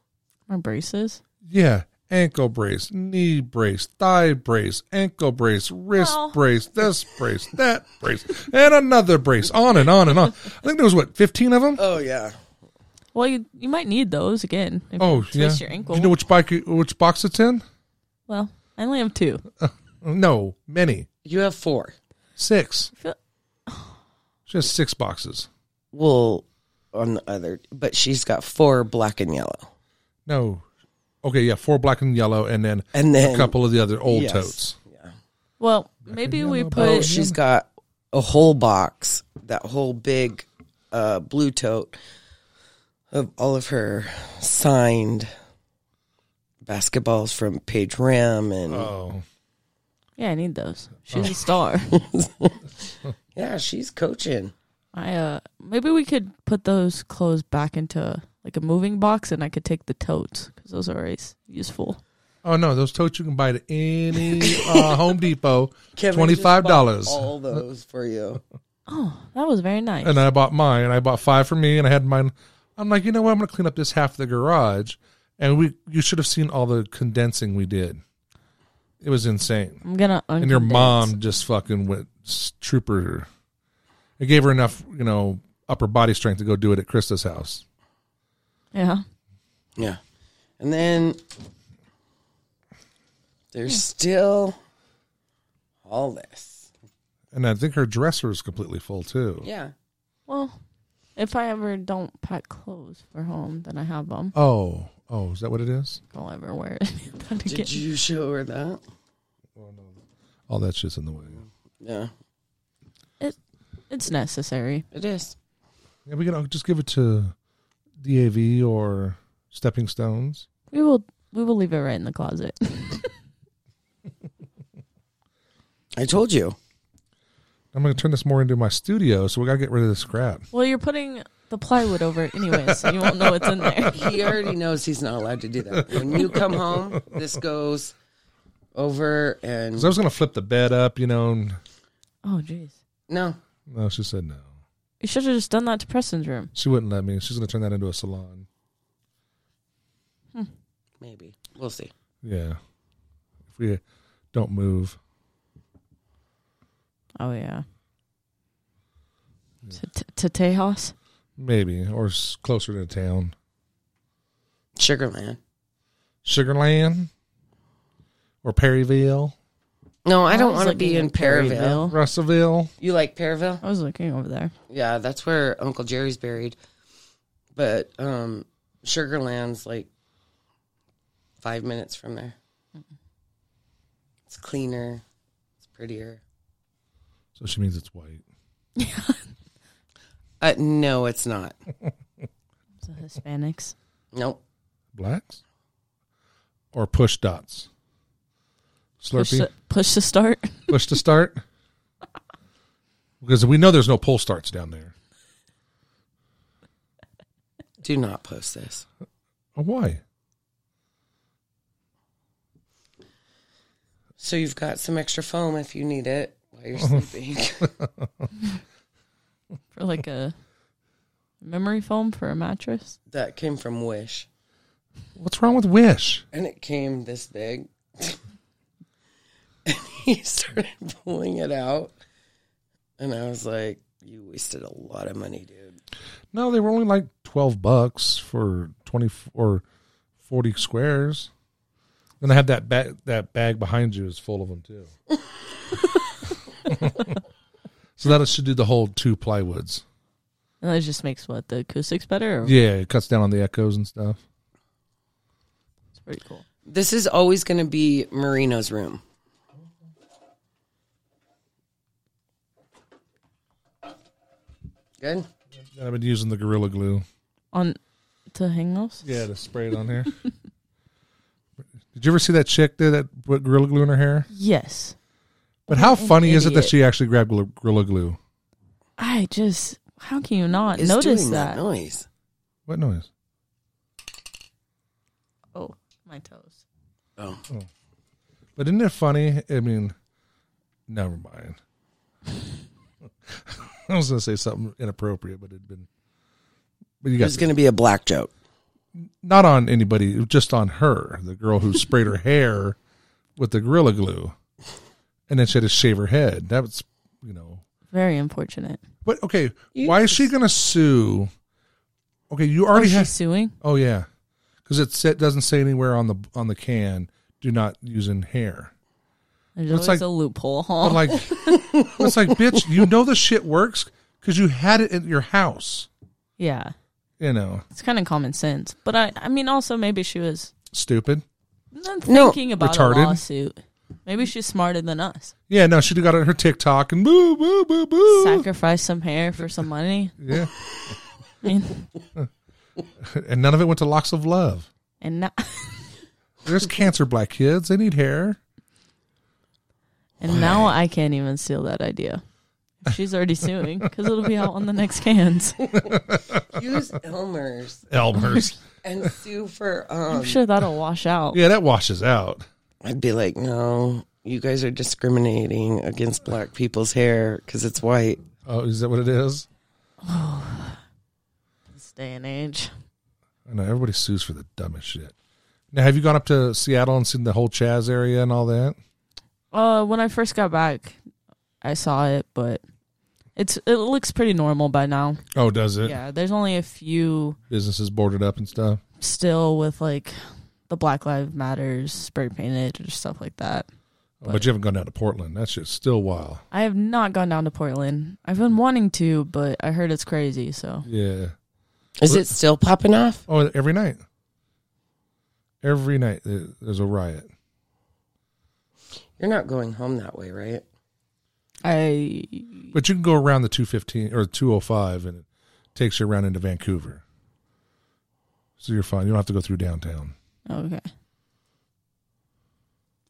[SPEAKER 2] My braces.
[SPEAKER 1] Yeah. Ankle brace, knee brace, thigh brace, ankle brace, wrist
[SPEAKER 2] Well.
[SPEAKER 1] brace, this brace, that brace, and another brace, on and on and on. I think there was what fifteen of them.
[SPEAKER 2] Uh,
[SPEAKER 3] oh yeah.
[SPEAKER 2] Well, you you might need those again. If
[SPEAKER 1] oh
[SPEAKER 2] you
[SPEAKER 1] yeah.
[SPEAKER 2] twist your ankle.
[SPEAKER 1] Do you know which bike, which box it's in?
[SPEAKER 2] well, I only have two.
[SPEAKER 1] No, many,
[SPEAKER 3] You have four.
[SPEAKER 1] six.
[SPEAKER 2] I feel-
[SPEAKER 1] Just six boxes.
[SPEAKER 3] Well, on the other, but she's got four black and yellow,
[SPEAKER 1] No, okay, yeah, four black and yellow, and then
[SPEAKER 3] and then
[SPEAKER 1] a couple of the other old
[SPEAKER 3] Yes.
[SPEAKER 1] totes.
[SPEAKER 2] Well, maybe we
[SPEAKER 1] yellow
[SPEAKER 2] put
[SPEAKER 3] Oh,
[SPEAKER 1] But-
[SPEAKER 3] she's got a whole box that whole big uh, blue tote of all of her signed basketballs from Paige Ram and
[SPEAKER 1] Oh,
[SPEAKER 2] Yeah, I need those. She's a star.
[SPEAKER 3] yeah, she's coaching.
[SPEAKER 2] I uh maybe we could put those clothes back into like a moving box, and I could take the totes because those are always useful.
[SPEAKER 1] oh no, those totes you can buy at any uh, Home Depot,
[SPEAKER 3] Kevin
[SPEAKER 1] twenty
[SPEAKER 3] just
[SPEAKER 1] five dollars.
[SPEAKER 3] bought All those for you.
[SPEAKER 2] Oh, that was very nice.
[SPEAKER 1] And I bought mine. I bought five for me, and I had mine. I'm like, you know what? I'm going to clean up this half of the garage, and we you should have seen all the condensing we did. It was insane.
[SPEAKER 2] I'm gonna uncondense.
[SPEAKER 1] and your mom just fucking went s- trooper. It gave her enough, you know, upper body strength to go do it at Krista's house.
[SPEAKER 2] Yeah,
[SPEAKER 3] Yeah. And then there's still all this.
[SPEAKER 1] And I think her dresser is completely full too.
[SPEAKER 3] Yeah.
[SPEAKER 2] Well, if I ever don't pack clothes for home, then I have them.
[SPEAKER 1] Oh, oh, is that what it is?
[SPEAKER 2] I'll ever wear it. That again.
[SPEAKER 3] Did you show her that?
[SPEAKER 1] All that shit's in the way.
[SPEAKER 3] Yeah.
[SPEAKER 2] it's necessary.
[SPEAKER 3] It is.
[SPEAKER 1] Yeah, we can all just give it to DAV or Stepping Stones.
[SPEAKER 2] We will. We will leave it right in the closet.
[SPEAKER 3] I told you.
[SPEAKER 1] I'm going to turn this more into my studio, so we got to get rid of this crap.
[SPEAKER 2] well, you're putting the plywood over it anyway, so you won't know what's in there.
[SPEAKER 3] He already knows he's not allowed to do that. When you come home, this goes over and
[SPEAKER 1] Because I was going to flip the bed up, you know. And,
[SPEAKER 2] Oh, jeez.
[SPEAKER 3] no.
[SPEAKER 1] no, she said no.
[SPEAKER 2] You should have just done that to Preston's room.
[SPEAKER 1] She wouldn't let me. She's going to turn that into a salon.
[SPEAKER 3] Maybe. We'll see.
[SPEAKER 1] Yeah. If we don't move.
[SPEAKER 2] Oh yeah. To, to, to Tejas.
[SPEAKER 1] Maybe, or s- closer to town.
[SPEAKER 3] Sugarland.
[SPEAKER 1] Sugarland or Perryville,
[SPEAKER 3] No, I don't
[SPEAKER 2] was
[SPEAKER 3] want to
[SPEAKER 2] looking
[SPEAKER 3] be
[SPEAKER 2] at
[SPEAKER 3] in Perryville.
[SPEAKER 2] Perryville.
[SPEAKER 1] Russellville.
[SPEAKER 3] You like Perryville?
[SPEAKER 2] I was looking over there.
[SPEAKER 3] Yeah, that's where Uncle Jerry's buried. But um Sugarland's like five minutes from there. It's cleaner. It's prettier.
[SPEAKER 1] So she means it's white.
[SPEAKER 3] Uh, no, it's not.
[SPEAKER 2] The Hispanics.
[SPEAKER 3] Nope.
[SPEAKER 1] Blacks or push dots.
[SPEAKER 2] Push
[SPEAKER 1] Slurpee,
[SPEAKER 2] to, push to start.
[SPEAKER 1] push to start. Because we know there's no pull starts down there.
[SPEAKER 3] Do not post this.
[SPEAKER 1] Oh, why?
[SPEAKER 3] So you've got some extra foam if you need it while you're sleeping.
[SPEAKER 2] for like a memory foam for a mattress.
[SPEAKER 3] that came from Wish.
[SPEAKER 1] What's wrong with Wish?
[SPEAKER 3] And it came this big. and he started pulling it out. And I was like, You wasted a lot of money, dude.
[SPEAKER 1] No, they were only like twelve bucks for twenty f- or forty squares. And I had that bag. That bag behind you is full of them too. so that should do the whole two plywoods.
[SPEAKER 2] And that just makes what the acoustics better. Or
[SPEAKER 1] Yeah, it cuts down on the echoes and stuff.
[SPEAKER 2] It's pretty cool.
[SPEAKER 3] This is always going to be Marino's room. Good.
[SPEAKER 1] And I've been using the gorilla glue.
[SPEAKER 2] On to hang those.
[SPEAKER 1] Yeah, to spray it on there. Did you ever see that chick there that put gorilla glue in her hair?
[SPEAKER 2] Yes,
[SPEAKER 1] But how funny is it that
[SPEAKER 2] idiot.
[SPEAKER 1] she actually grabbed Gorilla- gorilla glue?
[SPEAKER 2] I just how can you not
[SPEAKER 3] It's
[SPEAKER 2] notice
[SPEAKER 3] doing
[SPEAKER 2] that?
[SPEAKER 3] noise.
[SPEAKER 1] What noise?
[SPEAKER 2] Oh, my toes.
[SPEAKER 3] Oh,
[SPEAKER 1] But isn't it funny? I mean, never mind. I was going to say something inappropriate, but it'd been. But you
[SPEAKER 3] there's
[SPEAKER 1] guys,
[SPEAKER 3] going to be a black joke.
[SPEAKER 1] not on anybody, just on her, the girl who sprayed her hair with the gorilla glue, and then she had to shave her head. That was, you know.
[SPEAKER 2] Very unfortunate.
[SPEAKER 1] But okay, why is she going to sue? Okay, you already
[SPEAKER 2] She's
[SPEAKER 1] have.
[SPEAKER 2] suing.
[SPEAKER 1] Oh yeah, because it sa- doesn't say anywhere on the on the can. Do not use in hair.
[SPEAKER 2] There's
[SPEAKER 1] It's like-
[SPEAKER 2] always a loophole. Huh?
[SPEAKER 1] But like, it's like, bitch, you know the shit works because you had it at your house.
[SPEAKER 2] yeah,
[SPEAKER 1] You know,
[SPEAKER 2] it's kind of common sense. But I, I mean, also maybe she was
[SPEAKER 1] stupid.
[SPEAKER 2] not
[SPEAKER 3] No.
[SPEAKER 2] thinking about
[SPEAKER 1] Retarded.
[SPEAKER 2] a lawsuit. Maybe she's smarter than us.
[SPEAKER 1] Yeah, no, she'd have got on her TikTok and boo, boo, boo, boo.
[SPEAKER 2] Sacrifice some hair for some money.
[SPEAKER 1] Yeah.
[SPEAKER 2] I mean,
[SPEAKER 1] And none of it went to locks of love.
[SPEAKER 2] and not
[SPEAKER 1] There's cancer black kids. They need hair.
[SPEAKER 2] and now I can't even steal that idea. She's already suing because it'll be out on the next cans.
[SPEAKER 3] Use Elmer's
[SPEAKER 1] Elmers.
[SPEAKER 3] and sue for. Um,
[SPEAKER 2] I'm sure that'll wash out.
[SPEAKER 1] yeah, that washes out.
[SPEAKER 3] I'd be like, no, you guys are discriminating against black people's hair because it's white.
[SPEAKER 1] Oh, is that what it is?
[SPEAKER 2] This day and age.
[SPEAKER 1] I know everybody sues for the dumbest shit. Now, have you gone up to Seattle and seen the whole Chaz area and all that?
[SPEAKER 2] Uh, when I first got back, I saw it, but it's it looks pretty normal by now.
[SPEAKER 1] Oh, does it?
[SPEAKER 2] Yeah, there's only a few
[SPEAKER 1] Businesses boarded up and stuff.
[SPEAKER 2] still with like the Black Lives Matters spray painted or stuff like that.
[SPEAKER 1] Oh, But, you haven't gone down to Portland. That shit's still wild.
[SPEAKER 2] I have not gone down to Portland. I've been wanting to, but I heard it's crazy. So
[SPEAKER 1] Yeah.
[SPEAKER 3] Is it still popping off?
[SPEAKER 1] Oh, every night. Every night there- there's a riot.
[SPEAKER 3] You're not going home that way, right?
[SPEAKER 2] I
[SPEAKER 1] But you can go around the 215 or 205 and it takes you around into Vancouver. So you're fine. You don't have to go through downtown.
[SPEAKER 2] okay.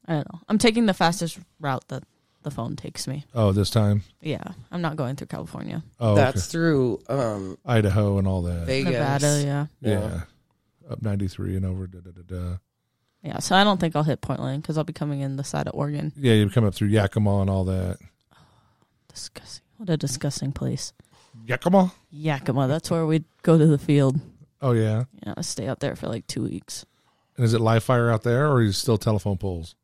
[SPEAKER 2] I don't know. I'm taking the fastest route that the phone takes me.
[SPEAKER 1] Oh, this time?
[SPEAKER 2] Yeah, I'm not going through California,
[SPEAKER 1] Oh, okay.
[SPEAKER 3] That's through um,
[SPEAKER 1] Idaho and all that.
[SPEAKER 3] Vegas.
[SPEAKER 2] Nevada. Yeah,
[SPEAKER 1] Yeah. Up 93 and over. Da, da, da, da.
[SPEAKER 2] yeah. So I don't think I'll hit Portland because I'll be coming in the side of Oregon.
[SPEAKER 1] Yeah, you come up through Yakima and all that.
[SPEAKER 2] Disgusting. What a disgusting place.
[SPEAKER 1] Yakima?
[SPEAKER 2] Yakima. That's where we'd go to the field.
[SPEAKER 1] Oh, yeah.
[SPEAKER 2] Yeah, stay out there for like two weeks.
[SPEAKER 1] And is it live fire out there or is it still telephone poles?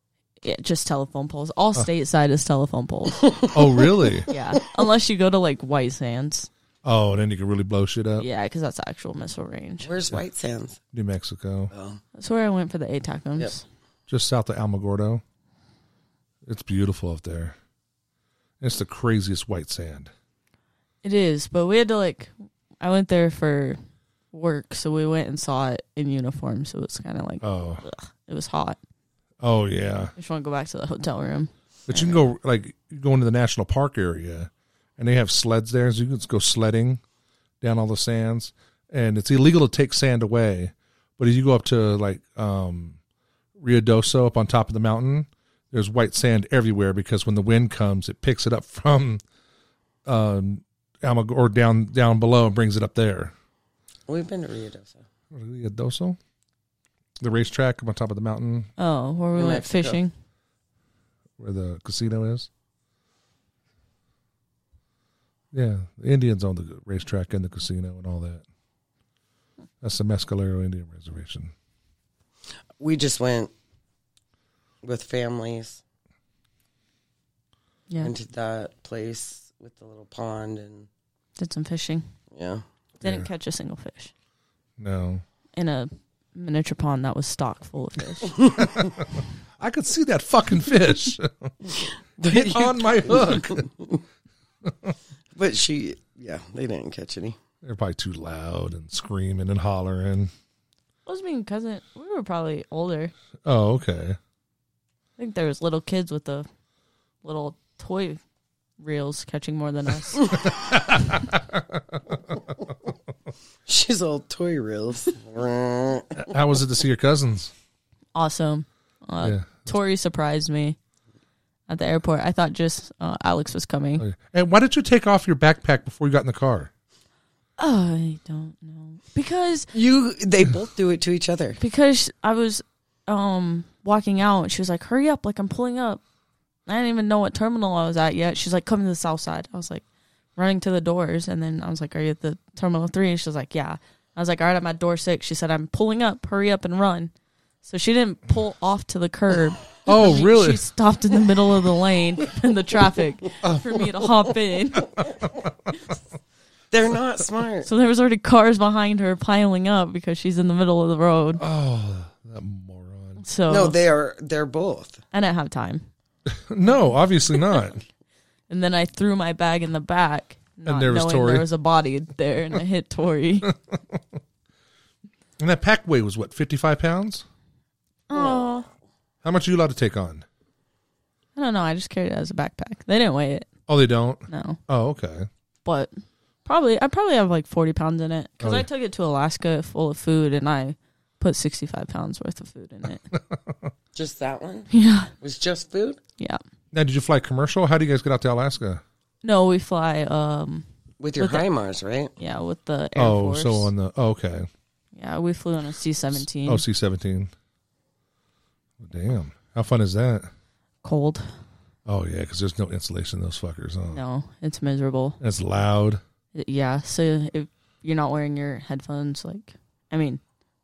[SPEAKER 2] Yeah, just telephone poles. All stateside is telephone poles.
[SPEAKER 1] oh, really?
[SPEAKER 2] Yeah, unless you go to like White Sands.
[SPEAKER 1] Oh, then you can really blow shit up.
[SPEAKER 2] Yeah, because that's actual missile range.
[SPEAKER 3] Where's White Sands?
[SPEAKER 1] New Mexico,
[SPEAKER 3] Oh,
[SPEAKER 2] That's where I went for the ATACMs.
[SPEAKER 3] Yep.
[SPEAKER 1] just south of Alamogordo. It's beautiful up there. It's the craziest white sand.
[SPEAKER 2] It is, but we had to like. I went there for work, so we went and saw it in uniform. So it's kind of like
[SPEAKER 1] Oh,
[SPEAKER 2] it was hot.
[SPEAKER 1] oh yeah.
[SPEAKER 2] I just want to go back to the hotel room.
[SPEAKER 1] But you can go like you go into the national park area, and they have sleds there, so you can just go sledding down all the sands. And it's illegal to take sand away, but if you go up to like um, Rio Doso up on top of the mountain, there's white sand everywhere because when the wind comes, it picks it up from um, Almag- or down down below and brings it up there.
[SPEAKER 3] we've been to Rio Doso.
[SPEAKER 1] Rio Doso, the racetrack up on top of the mountain
[SPEAKER 2] Oh, where we
[SPEAKER 3] In
[SPEAKER 2] went
[SPEAKER 3] Mexico.
[SPEAKER 2] fishing.
[SPEAKER 1] where the casino is. Yeah, the Indians own the racetrack and the casino and all that. That's the Mescalero Indian Reservation.
[SPEAKER 3] We just went with families
[SPEAKER 2] Yeah,
[SPEAKER 3] into that place with the little pond and
[SPEAKER 2] did some fishing.
[SPEAKER 3] yeah.
[SPEAKER 2] Didn't
[SPEAKER 1] Yeah.
[SPEAKER 2] catch a single fish
[SPEAKER 1] No,
[SPEAKER 2] in a miniature pond that was stocked full of fish.
[SPEAKER 1] I could see that fucking fish Get on my hook.
[SPEAKER 3] But she, yeah, they didn't catch any.
[SPEAKER 1] They're probably too loud and screaming and hollering.
[SPEAKER 2] I was being cousin. We were probably older.
[SPEAKER 1] Oh, okay.
[SPEAKER 2] I think there was little kids with the little toy reels catching more than us.
[SPEAKER 3] She's all toy reels.
[SPEAKER 1] How was it to see your cousins?
[SPEAKER 2] awesome. Uh,
[SPEAKER 1] Yeah.
[SPEAKER 2] Tori surprised me at the airport. I thought just uh, Alex was coming.
[SPEAKER 1] Okay. Oh, And why did you take off your backpack before you got in the car?
[SPEAKER 2] Oh, I don't know because
[SPEAKER 3] you, they both do it to each other.
[SPEAKER 2] because I was um walking out. and She was like, "Hurry up!" Like I'm pulling up. I didn't even know what terminal I was at yet. She's like, "Come to the south side." I was like, running to the doors, and then I was like, "Are you at the terminal three? And she was like, "Yeah." I was like, "All right, I'm at door six. She said, "I'm pulling up. Hurry up and run." So she didn't pull off to the curb.
[SPEAKER 1] Oh,
[SPEAKER 2] She-
[SPEAKER 1] really?
[SPEAKER 2] She stopped in the middle of the lane in the traffic for me to hop in.
[SPEAKER 3] They're not smart.
[SPEAKER 2] So there was already cars behind her piling up because she's in the middle of the road.
[SPEAKER 1] Oh, that moron.
[SPEAKER 2] So
[SPEAKER 3] No, they are. They're both.
[SPEAKER 2] I didn't have time.
[SPEAKER 1] No, obviously not.
[SPEAKER 2] And then I threw my bag in the back. Not
[SPEAKER 1] there was
[SPEAKER 2] knowing
[SPEAKER 1] Tori.
[SPEAKER 2] There was a body there, and I hit Tori.
[SPEAKER 1] And that pack weight was what, 55 pounds?
[SPEAKER 2] oh,
[SPEAKER 1] How much are you allowed to take on?
[SPEAKER 2] I don't know. I just carried it as a backpack. They didn't weigh it.
[SPEAKER 1] Oh, they don't.
[SPEAKER 2] No,
[SPEAKER 1] Oh, okay.
[SPEAKER 2] but probably I probably have like forty pounds in it because
[SPEAKER 1] Oh, yeah.
[SPEAKER 2] I took it to Alaska full of food and I put sixty five pounds worth of food in it.
[SPEAKER 3] Just that one
[SPEAKER 2] yeah,
[SPEAKER 3] was just food
[SPEAKER 2] yeah.
[SPEAKER 1] Now, did you fly commercial? How do you guys get out to Alaska?
[SPEAKER 2] No, we fly. Um,
[SPEAKER 3] with your
[SPEAKER 2] With the-
[SPEAKER 3] HIMARS, right?
[SPEAKER 2] yeah, with the Air
[SPEAKER 1] oh,
[SPEAKER 2] Force.
[SPEAKER 1] so on the oh, okay.
[SPEAKER 2] yeah, we flew on a C seventeen.
[SPEAKER 1] Oh, C seventeen. Damn, how fun is that?
[SPEAKER 2] cold.
[SPEAKER 1] Oh yeah, because there's no insulation in those fuckers. Huh?
[SPEAKER 2] No, it's miserable.
[SPEAKER 1] And It's loud.
[SPEAKER 2] Yeah, so if you're not wearing your headphones, like, I mean,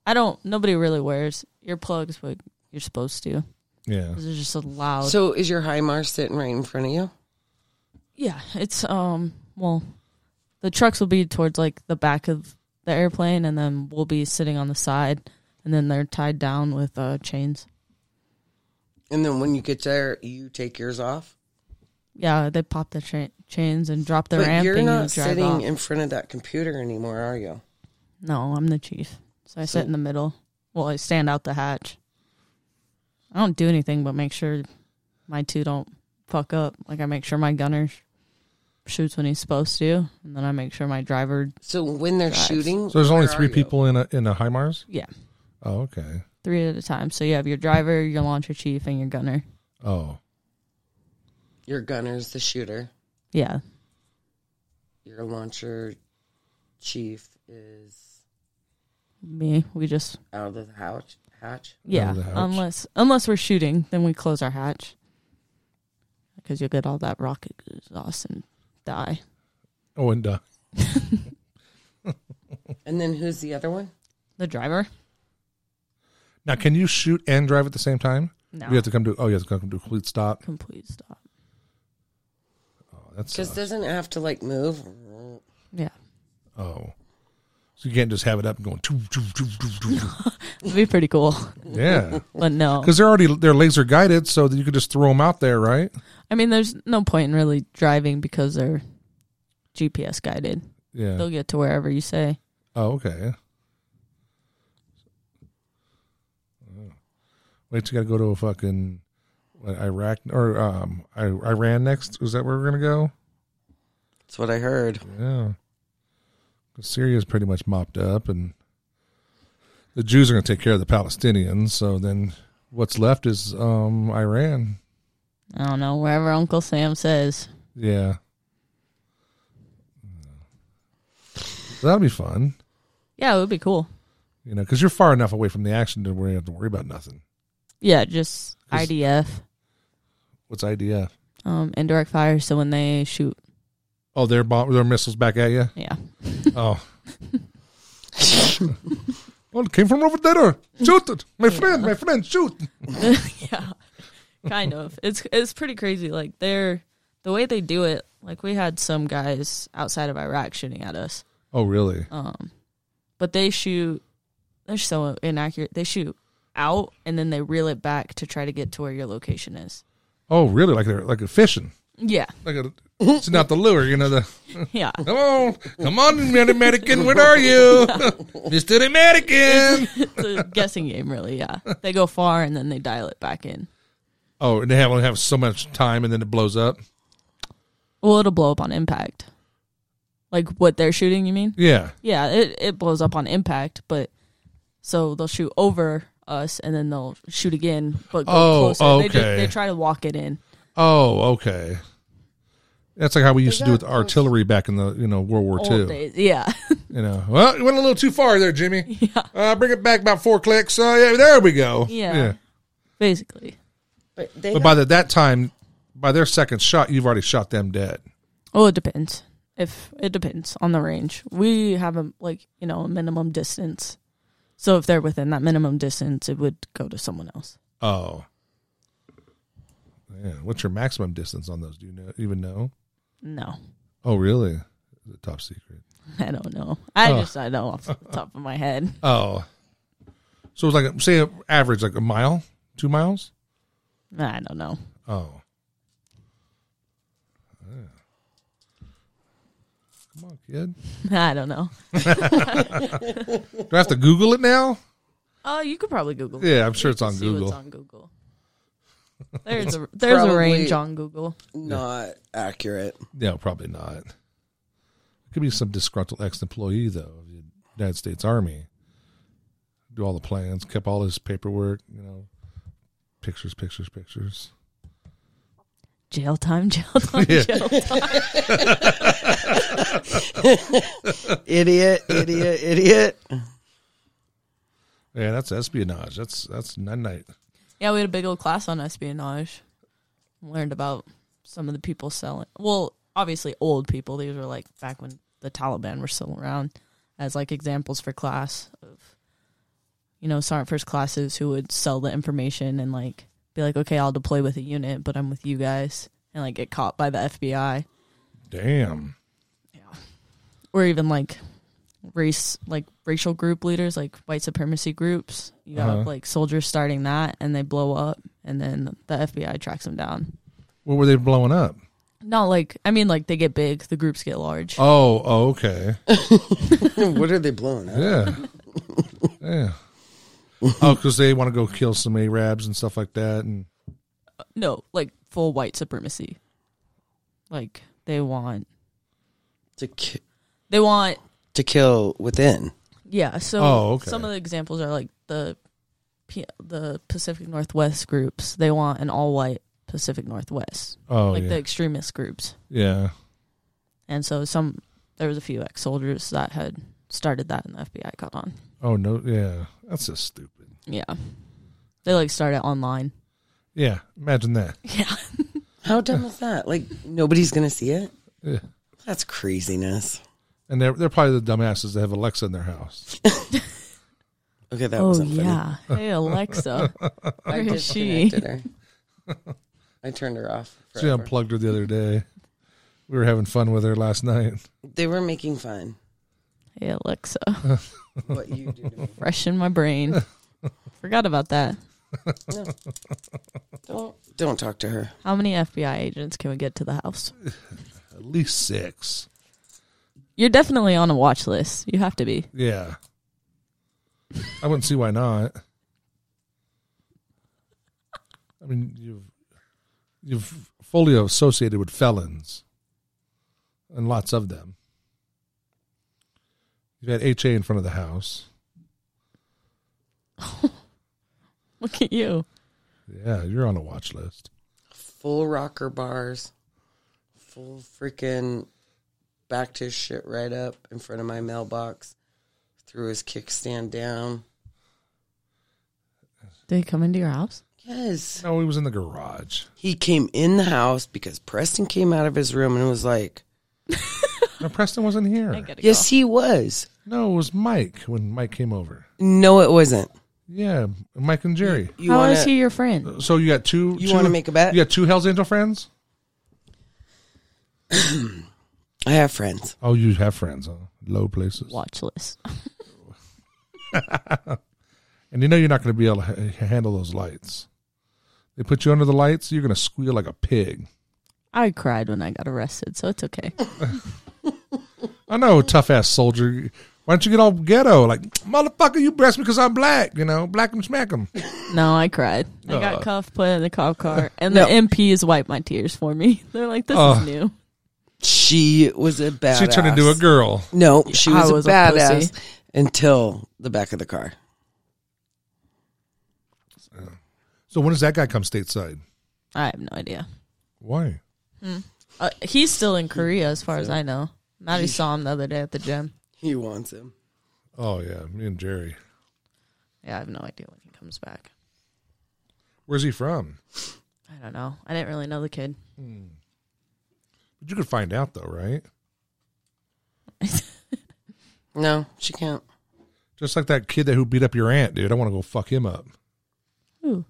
[SPEAKER 2] I don't. Nobody really wears earplugs, but you're supposed to.
[SPEAKER 1] Yeah.
[SPEAKER 2] 'cause It's just a loud.
[SPEAKER 3] So is your HIMARS sitting right in front of you?
[SPEAKER 2] Yeah, it's um well, the trucks will be towards like the back of the airplane, and then we'll be sitting on the side, and then they're tied down with uh, chains.
[SPEAKER 3] And then when you get there, you take yours off.
[SPEAKER 2] Yeah, they pop the tra- chains and drop the
[SPEAKER 3] but
[SPEAKER 2] ramp,
[SPEAKER 3] you're
[SPEAKER 2] and
[SPEAKER 3] not
[SPEAKER 2] you drive
[SPEAKER 3] sitting
[SPEAKER 2] off.
[SPEAKER 3] in front of that computer anymore, are you?
[SPEAKER 2] no, I'm the chief, so I
[SPEAKER 3] So-
[SPEAKER 2] sit in the middle. Well, I stand out the hatch. I don't do anything but make sure my two don't fuck up. Like I make sure my gunner sh- shoots when he's supposed to, and then I make sure my driver.
[SPEAKER 3] So when they're
[SPEAKER 2] Drives.
[SPEAKER 3] shooting,
[SPEAKER 1] So there's only
[SPEAKER 3] where are
[SPEAKER 1] three
[SPEAKER 3] you?
[SPEAKER 1] people in a in a HIMARS.
[SPEAKER 2] Yeah,
[SPEAKER 1] Oh, okay.
[SPEAKER 2] three at a time. So you have your driver, your launcher chief, and your gunner.
[SPEAKER 1] Oh,
[SPEAKER 3] Your gunner's the shooter.
[SPEAKER 2] Yeah.
[SPEAKER 3] Your launcher chief is
[SPEAKER 2] Me. We just
[SPEAKER 3] out of the hatch. Hatch.
[SPEAKER 2] yeah.
[SPEAKER 1] Out of the hatch.
[SPEAKER 2] Unless unless we're shooting, then we close our hatch. Because you'll get all that rocket exhaust and die.
[SPEAKER 1] oh, and uh,
[SPEAKER 3] And then who's the other one?
[SPEAKER 2] The driver?
[SPEAKER 1] now can you shoot and drive at the same time?
[SPEAKER 2] No.
[SPEAKER 1] You have to come to oh, you have to come to a complete stop.
[SPEAKER 2] complete stop.
[SPEAKER 1] Oh, that's
[SPEAKER 3] Because doesn't it have to like move?
[SPEAKER 2] Yeah.
[SPEAKER 1] oh. So you can't just have it up and going. Choo, choo, choo, choo, choo.
[SPEAKER 2] It'd be pretty cool.
[SPEAKER 1] yeah,
[SPEAKER 2] but no.
[SPEAKER 1] because they're already they're laser guided, so that you could just throw them out there, right?
[SPEAKER 2] I mean there's no point in really driving because they're GPS guided.
[SPEAKER 1] Yeah.
[SPEAKER 2] They'll get to wherever you say.
[SPEAKER 1] Oh, okay. Oh. Wait, you got to go to a fucking what, Iraq or um I, Iran next? Is that where we're gonna go?
[SPEAKER 3] That's what I heard.
[SPEAKER 1] Yeah. 'Cause Syria's pretty much mopped up, and the Jews are going to take care of the Palestinians. So then what's left is um, Iran.
[SPEAKER 2] I don't know, wherever Uncle Sam says.
[SPEAKER 1] Yeah. So that'll be fun,
[SPEAKER 2] Yeah, it would be cool.
[SPEAKER 1] you know, because you're far enough away from the action to where you have to worry about nothing.
[SPEAKER 2] Yeah, just
[SPEAKER 1] 'Cause-
[SPEAKER 2] IDF,
[SPEAKER 1] What's IDF?
[SPEAKER 2] um, indirect fire. So when they shoot,
[SPEAKER 1] Oh, their bomb, their missiles back at you.
[SPEAKER 2] yeah,
[SPEAKER 1] Oh. well, it came from over there. Shoot it, my friend, my friend, shoot.
[SPEAKER 2] yeah, kind of. It's it's pretty crazy. Like they're the way they do it. Like we had some guys outside of Iraq shooting at us,
[SPEAKER 1] Oh, really?
[SPEAKER 2] um, but they shoot. They're so inaccurate. They shoot out and then they reel it back to try to get to where your location is.
[SPEAKER 1] Oh, really? Like they're like a fishing.
[SPEAKER 2] Yeah,
[SPEAKER 1] like a it's not the lure, you know the
[SPEAKER 2] yeah.
[SPEAKER 1] come on, come on, Mr. American, where are you, Mister American?
[SPEAKER 2] It's a guessing game, really. Yeah, they go far and then they dial it back in.
[SPEAKER 1] Oh, and they have only have so much time, and then it blows up.
[SPEAKER 2] Well, it'll blow up on impact. Like what they're shooting, you mean?
[SPEAKER 1] Yeah,
[SPEAKER 2] yeah, it, it blows up on impact, but so they'll shoot over us and then they'll shoot again, but go
[SPEAKER 1] Oh,
[SPEAKER 2] closer. They, just,
[SPEAKER 1] okay.
[SPEAKER 2] they try to walk it in.
[SPEAKER 1] Oh, okay. That's like how we used to do
[SPEAKER 3] that
[SPEAKER 1] with artillery back in the you know World War
[SPEAKER 2] Old
[SPEAKER 1] Two.
[SPEAKER 2] days. Yeah.
[SPEAKER 1] You know, well, you went a little too far there, Jimmy. Yeah. Uh, bring it back about four clicks. Uh, yeah, there we go.
[SPEAKER 2] yeah. Basically.
[SPEAKER 3] But they
[SPEAKER 1] But by the, that time, by their second shot, you've already shot them dead.
[SPEAKER 2] Oh, it depends. If it depends on the range. We have a like, you know, a minimum distance. So if they're within that minimum distance, it would go to someone else.
[SPEAKER 1] Oh. Yeah. What's your maximum distance on those? Do you know, even know?
[SPEAKER 2] No.
[SPEAKER 1] Oh, really? The top secret.
[SPEAKER 2] I don't know. I
[SPEAKER 1] Oh.
[SPEAKER 2] just I know off the top of my head.
[SPEAKER 1] Oh, so it's like a, say a average like a mile, two miles.
[SPEAKER 2] I don't know.
[SPEAKER 1] Oh, Yeah. come on, kid.
[SPEAKER 2] I don't know.
[SPEAKER 1] Do I have to Google it now?
[SPEAKER 2] Oh, you could probably Google.
[SPEAKER 1] Yeah, I'm sure it's
[SPEAKER 2] You
[SPEAKER 1] on
[SPEAKER 2] can see what's
[SPEAKER 1] Google.
[SPEAKER 2] on Google. There's a there's a
[SPEAKER 3] Probably-
[SPEAKER 2] range on Google.
[SPEAKER 3] Not accurate.
[SPEAKER 1] Yeah, probably not. Could be some disgruntled ex-employee though of the United States Army. Do all the plans, kept all his paperwork, you know, pictures, pictures, pictures.
[SPEAKER 2] Jail time, jail time,
[SPEAKER 1] Yeah.
[SPEAKER 2] jail time.
[SPEAKER 3] Idiot, idiot, idiot.
[SPEAKER 1] Yeah, that's espionage. That's that's night night.
[SPEAKER 2] Yeah, we had a big old class on espionage. Learned about some of the people selling. Well, obviously old people. These were like back when the Taliban were still around, as like examples for class of, you know, sergeant first classes who would sell the information and like be like, okay, I'll deploy with a unit, but I'm with you guys, and like get caught by the FBI.
[SPEAKER 1] Damn.
[SPEAKER 2] or even like race like racial group leaders like white supremacy groups you got
[SPEAKER 1] Uh-huh.
[SPEAKER 2] like soldiers starting that and they blow up and then the fbi tracks them down
[SPEAKER 1] What were they blowing up?
[SPEAKER 2] not like i mean like they get big the groups get large
[SPEAKER 1] Oh, oh okay.
[SPEAKER 3] what are they blowing up?
[SPEAKER 1] Yeah. yeah. Oh, because they want to go kill some Arabs and stuff like that. And
[SPEAKER 2] no like full white supremacy like they want
[SPEAKER 3] To, ki-
[SPEAKER 2] they want
[SPEAKER 3] to kill within.
[SPEAKER 2] yeah so
[SPEAKER 1] Oh, okay.
[SPEAKER 2] some of the examples are like the P- the pacific northwest groups they want an all white pacific northwest
[SPEAKER 1] oh,
[SPEAKER 2] like
[SPEAKER 1] yeah.
[SPEAKER 2] the extremist groups
[SPEAKER 1] yeah.
[SPEAKER 2] And so some there was a few ex soldiers that had started that and the FBI caught on.
[SPEAKER 1] Oh no, yeah. That's just stupid.
[SPEAKER 2] Yeah. They like started online.
[SPEAKER 1] Yeah, imagine that.
[SPEAKER 2] Yeah.
[SPEAKER 3] How dumb is that? Like, nobody's going to see it?
[SPEAKER 1] Yeah.
[SPEAKER 3] That's craziness.
[SPEAKER 1] And they're they're probably the dumbasses that have Alexa in their house.
[SPEAKER 3] Okay, that
[SPEAKER 2] Oh
[SPEAKER 3] wasn't funny.
[SPEAKER 2] yeah. Hey Alexa.
[SPEAKER 3] I
[SPEAKER 2] Where is she?
[SPEAKER 3] disconnected her. I turned her off.
[SPEAKER 1] She
[SPEAKER 3] forever.
[SPEAKER 1] unplugged her the other day. We were having fun with her last night.
[SPEAKER 3] They were making fun.
[SPEAKER 2] Hey Alexa.
[SPEAKER 3] What you do to me.
[SPEAKER 2] Fresh in my brain. Forgot about that.
[SPEAKER 3] Don't, don't talk to her.
[SPEAKER 2] How many FBI agents can we get to the house?
[SPEAKER 1] At least six.
[SPEAKER 2] You're definitely on a watch list. You have to be.
[SPEAKER 1] Yeah. I wouldn't see why not. I mean, you've you've fully associated with felons, and lots of them. You've had HA in front of the house.
[SPEAKER 2] Look at you.
[SPEAKER 1] Yeah, you're on a watch list.
[SPEAKER 3] Full rocker bars, full freaking backed his shit right up in front of my mailbox, threw his kickstand down.
[SPEAKER 2] Did he come into your house?
[SPEAKER 3] Yes.
[SPEAKER 1] No, he was in the garage.
[SPEAKER 3] He came in the house because Preston came out of his room and was like,
[SPEAKER 1] No, Preston wasn't
[SPEAKER 2] I
[SPEAKER 1] here.
[SPEAKER 2] gotta go.
[SPEAKER 3] Yes, he was.
[SPEAKER 1] No, it was Mike when Mike came over.
[SPEAKER 3] No, it wasn't.
[SPEAKER 1] Yeah, Mike and Jerry.
[SPEAKER 3] You
[SPEAKER 2] How
[SPEAKER 3] wanna,
[SPEAKER 2] is he your friend?
[SPEAKER 1] So you got two.
[SPEAKER 3] You
[SPEAKER 1] two-
[SPEAKER 3] wanna make a bet?
[SPEAKER 1] You got two Hell's Angel friends.
[SPEAKER 3] I have friends.
[SPEAKER 1] Oh, you have friends, huh? Low places.
[SPEAKER 2] Watch list.
[SPEAKER 1] And you know you're not going to be able to ha- handle those lights. They put you under the lights, you're going to squeal like a pig.
[SPEAKER 2] I cried when I got arrested, so it's okay.
[SPEAKER 1] I know, tough ass soldier. Why don't you get all ghetto? Like, motherfucker, you breast me because I'm black, you know, black and smack 'em.
[SPEAKER 2] No, I cried. I
[SPEAKER 1] Aw.
[SPEAKER 2] got cuffed, put in the cop car, and
[SPEAKER 3] No.
[SPEAKER 2] the MPs wiped my tears for me. They're like, "This
[SPEAKER 1] Ugh.
[SPEAKER 2] is new."
[SPEAKER 3] She was a badass.
[SPEAKER 1] She turned into a girl.
[SPEAKER 3] No, she
[SPEAKER 2] I
[SPEAKER 3] was,
[SPEAKER 2] was
[SPEAKER 3] a
[SPEAKER 2] a
[SPEAKER 3] badass
[SPEAKER 2] pussy.
[SPEAKER 3] until the back of the car.
[SPEAKER 1] So when does that guy come stateside?
[SPEAKER 2] I have no idea.
[SPEAKER 1] Why?
[SPEAKER 2] Uh, he's still in Korea, as far as I know. Maddie saw him the other day at the gym.
[SPEAKER 3] He wants him.
[SPEAKER 1] Oh, yeah, me and Jerry.
[SPEAKER 2] Yeah, I have no idea when he comes back.
[SPEAKER 1] Where's he from?
[SPEAKER 2] I don't know. I didn't really know the kid.
[SPEAKER 1] But you could find out, though, right?
[SPEAKER 3] No, she can't.
[SPEAKER 1] Just like that kid that who beat up your aunt, dude. I want to go fuck him up.
[SPEAKER 2] Ooh,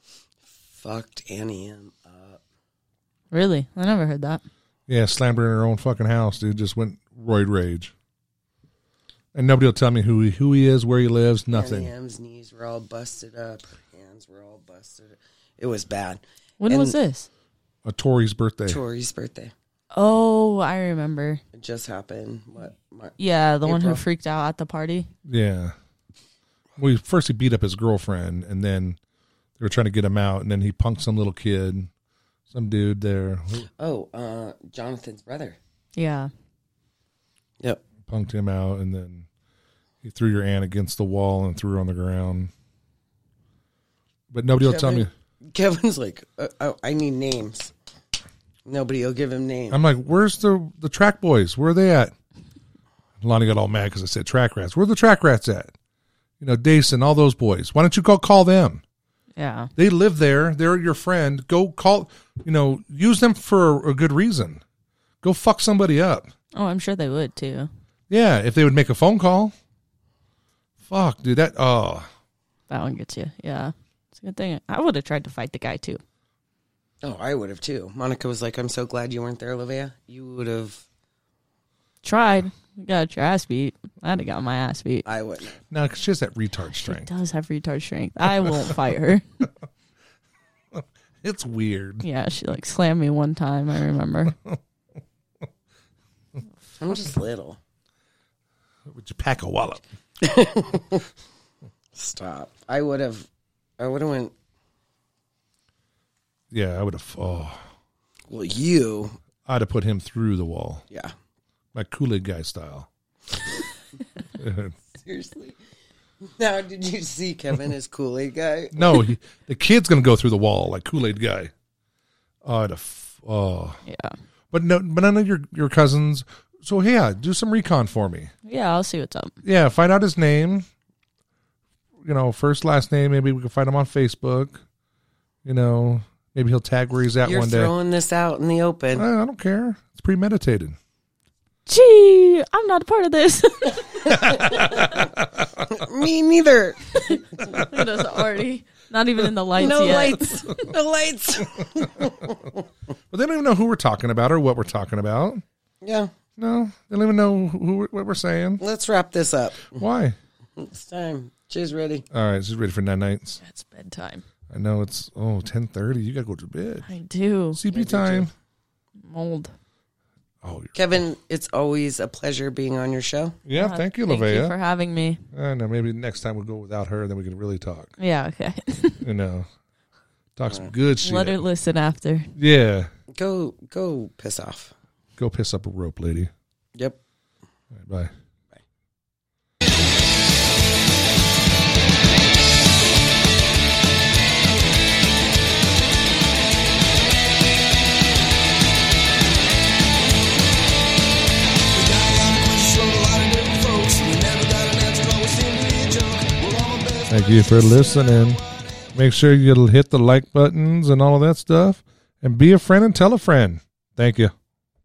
[SPEAKER 3] Fucked Annie him up.
[SPEAKER 2] really? I never heard that.
[SPEAKER 1] Yeah, slammed her in her own fucking house, dude. Just went roid rage. And nobody will tell me who he, who he is, where he lives, nothing.
[SPEAKER 3] Annie M's knees were all busted up. Her hands were all busted. It was bad.
[SPEAKER 2] When
[SPEAKER 3] And-
[SPEAKER 2] was this?
[SPEAKER 1] A Tory's birthday.
[SPEAKER 3] Tori's birthday.
[SPEAKER 2] Oh, I remember.
[SPEAKER 3] It just happened. What? Mar-
[SPEAKER 2] Yeah, the one who
[SPEAKER 3] April.
[SPEAKER 2] freaked out at the party.
[SPEAKER 1] Yeah. well, he, first he beat up his girlfriend, and then they were trying to get him out, and then he punked some little kid, some dude there, who
[SPEAKER 3] Oh, uh, Jonathan's brother.
[SPEAKER 2] Yeah.
[SPEAKER 3] Yep.
[SPEAKER 1] punked him out, and then he threw your aunt against the wall and threw her on the ground. But nobody will tell me.
[SPEAKER 3] Kevin's like, uh, oh, I need names. Nobody will give him names.
[SPEAKER 1] I'm like, where's the the track boys? Where are they at? Lonnie got all mad because I said track rats. Where are the track rats at? You know, Dason, all those boys. Why don't you go call them?
[SPEAKER 2] Yeah.
[SPEAKER 1] They live there. They're your friend. Go call. You know, use them for a good reason. Go fuck somebody up.
[SPEAKER 2] Oh, I'm sure they would too.
[SPEAKER 1] Yeah, if they would make a phone call. Fuck, dude. That oh,
[SPEAKER 2] That one gets you. Yeah. It's a good thing. I would have tried to fight the guy too.
[SPEAKER 3] oh, I would have too. Monica was like, I'm so glad you weren't there, Olivia. You would have.
[SPEAKER 2] Tried. You got your ass beat. I'd have got my ass beat.
[SPEAKER 3] I wouldn't. have.
[SPEAKER 1] no, 'cause she has that retard strength.
[SPEAKER 2] She does have retard strength. I won't fight her.
[SPEAKER 1] It's weird.
[SPEAKER 2] Yeah, she like slammed me one time, I remember.
[SPEAKER 3] I'm just little.
[SPEAKER 1] Would you pack a wallop?
[SPEAKER 3] Stop. I would have. I would have went.
[SPEAKER 1] Yeah, I would have. Oh,
[SPEAKER 3] Well, you.
[SPEAKER 1] I'd have put him through the wall,
[SPEAKER 3] Yeah.
[SPEAKER 1] like Kool Aid guy style.
[SPEAKER 3] Seriously. Now, did you see Kevin as Kool Aid guy?
[SPEAKER 1] No, he, the kid's gonna go through the wall like Kool Aid guy. Oh, the f- oh,
[SPEAKER 2] Yeah.
[SPEAKER 1] but no, but none of your your cousins. So yeah, do some recon for me.
[SPEAKER 2] Yeah, I'll see what's up.
[SPEAKER 1] Yeah, find out his name. You know, first last name. Maybe we can find him on Facebook. You know, maybe he'll tag where he's at
[SPEAKER 3] You're
[SPEAKER 1] one day.
[SPEAKER 3] throwing this out in the open.
[SPEAKER 1] I I don't care. It's premeditated.
[SPEAKER 2] Gee, I'm not a part of this.
[SPEAKER 3] Me neither.
[SPEAKER 2] Look at us already. Not even in the lights
[SPEAKER 3] No
[SPEAKER 2] yet.
[SPEAKER 3] lights. No lights.
[SPEAKER 1] But they don't even know who we're talking about or what we're talking about.
[SPEAKER 3] yeah.
[SPEAKER 1] No, they don't even know who we're- what we're saying.
[SPEAKER 3] Let's wrap this up.
[SPEAKER 1] Why?
[SPEAKER 3] It's time. She's ready.
[SPEAKER 1] All right, she's ready for nine nights.
[SPEAKER 2] It's bedtime.
[SPEAKER 1] I know it's oh ten thirty. You gotta go to bed.
[SPEAKER 2] I do.
[SPEAKER 1] CP time.
[SPEAKER 2] Mold.
[SPEAKER 1] Oh, you're,
[SPEAKER 3] Kevin, it's always a pleasure being on your show.
[SPEAKER 1] yeah.
[SPEAKER 2] Uh,
[SPEAKER 1] thank you,
[SPEAKER 2] Thank you for
[SPEAKER 1] Lavea.
[SPEAKER 2] having me.
[SPEAKER 1] I know. Maybe next time we'll go without her, then we can really talk.
[SPEAKER 2] Yeah, okay.
[SPEAKER 1] You know, talk some good shit.
[SPEAKER 2] Let her listen after.
[SPEAKER 1] yeah.
[SPEAKER 3] Go go piss off.
[SPEAKER 1] Go piss up a rope, lady.
[SPEAKER 3] Yep.
[SPEAKER 1] All right, bye. Thank you for listening. Make sure you hit the like buttons and all of that stuff. And be a friend and tell a friend. Thank you.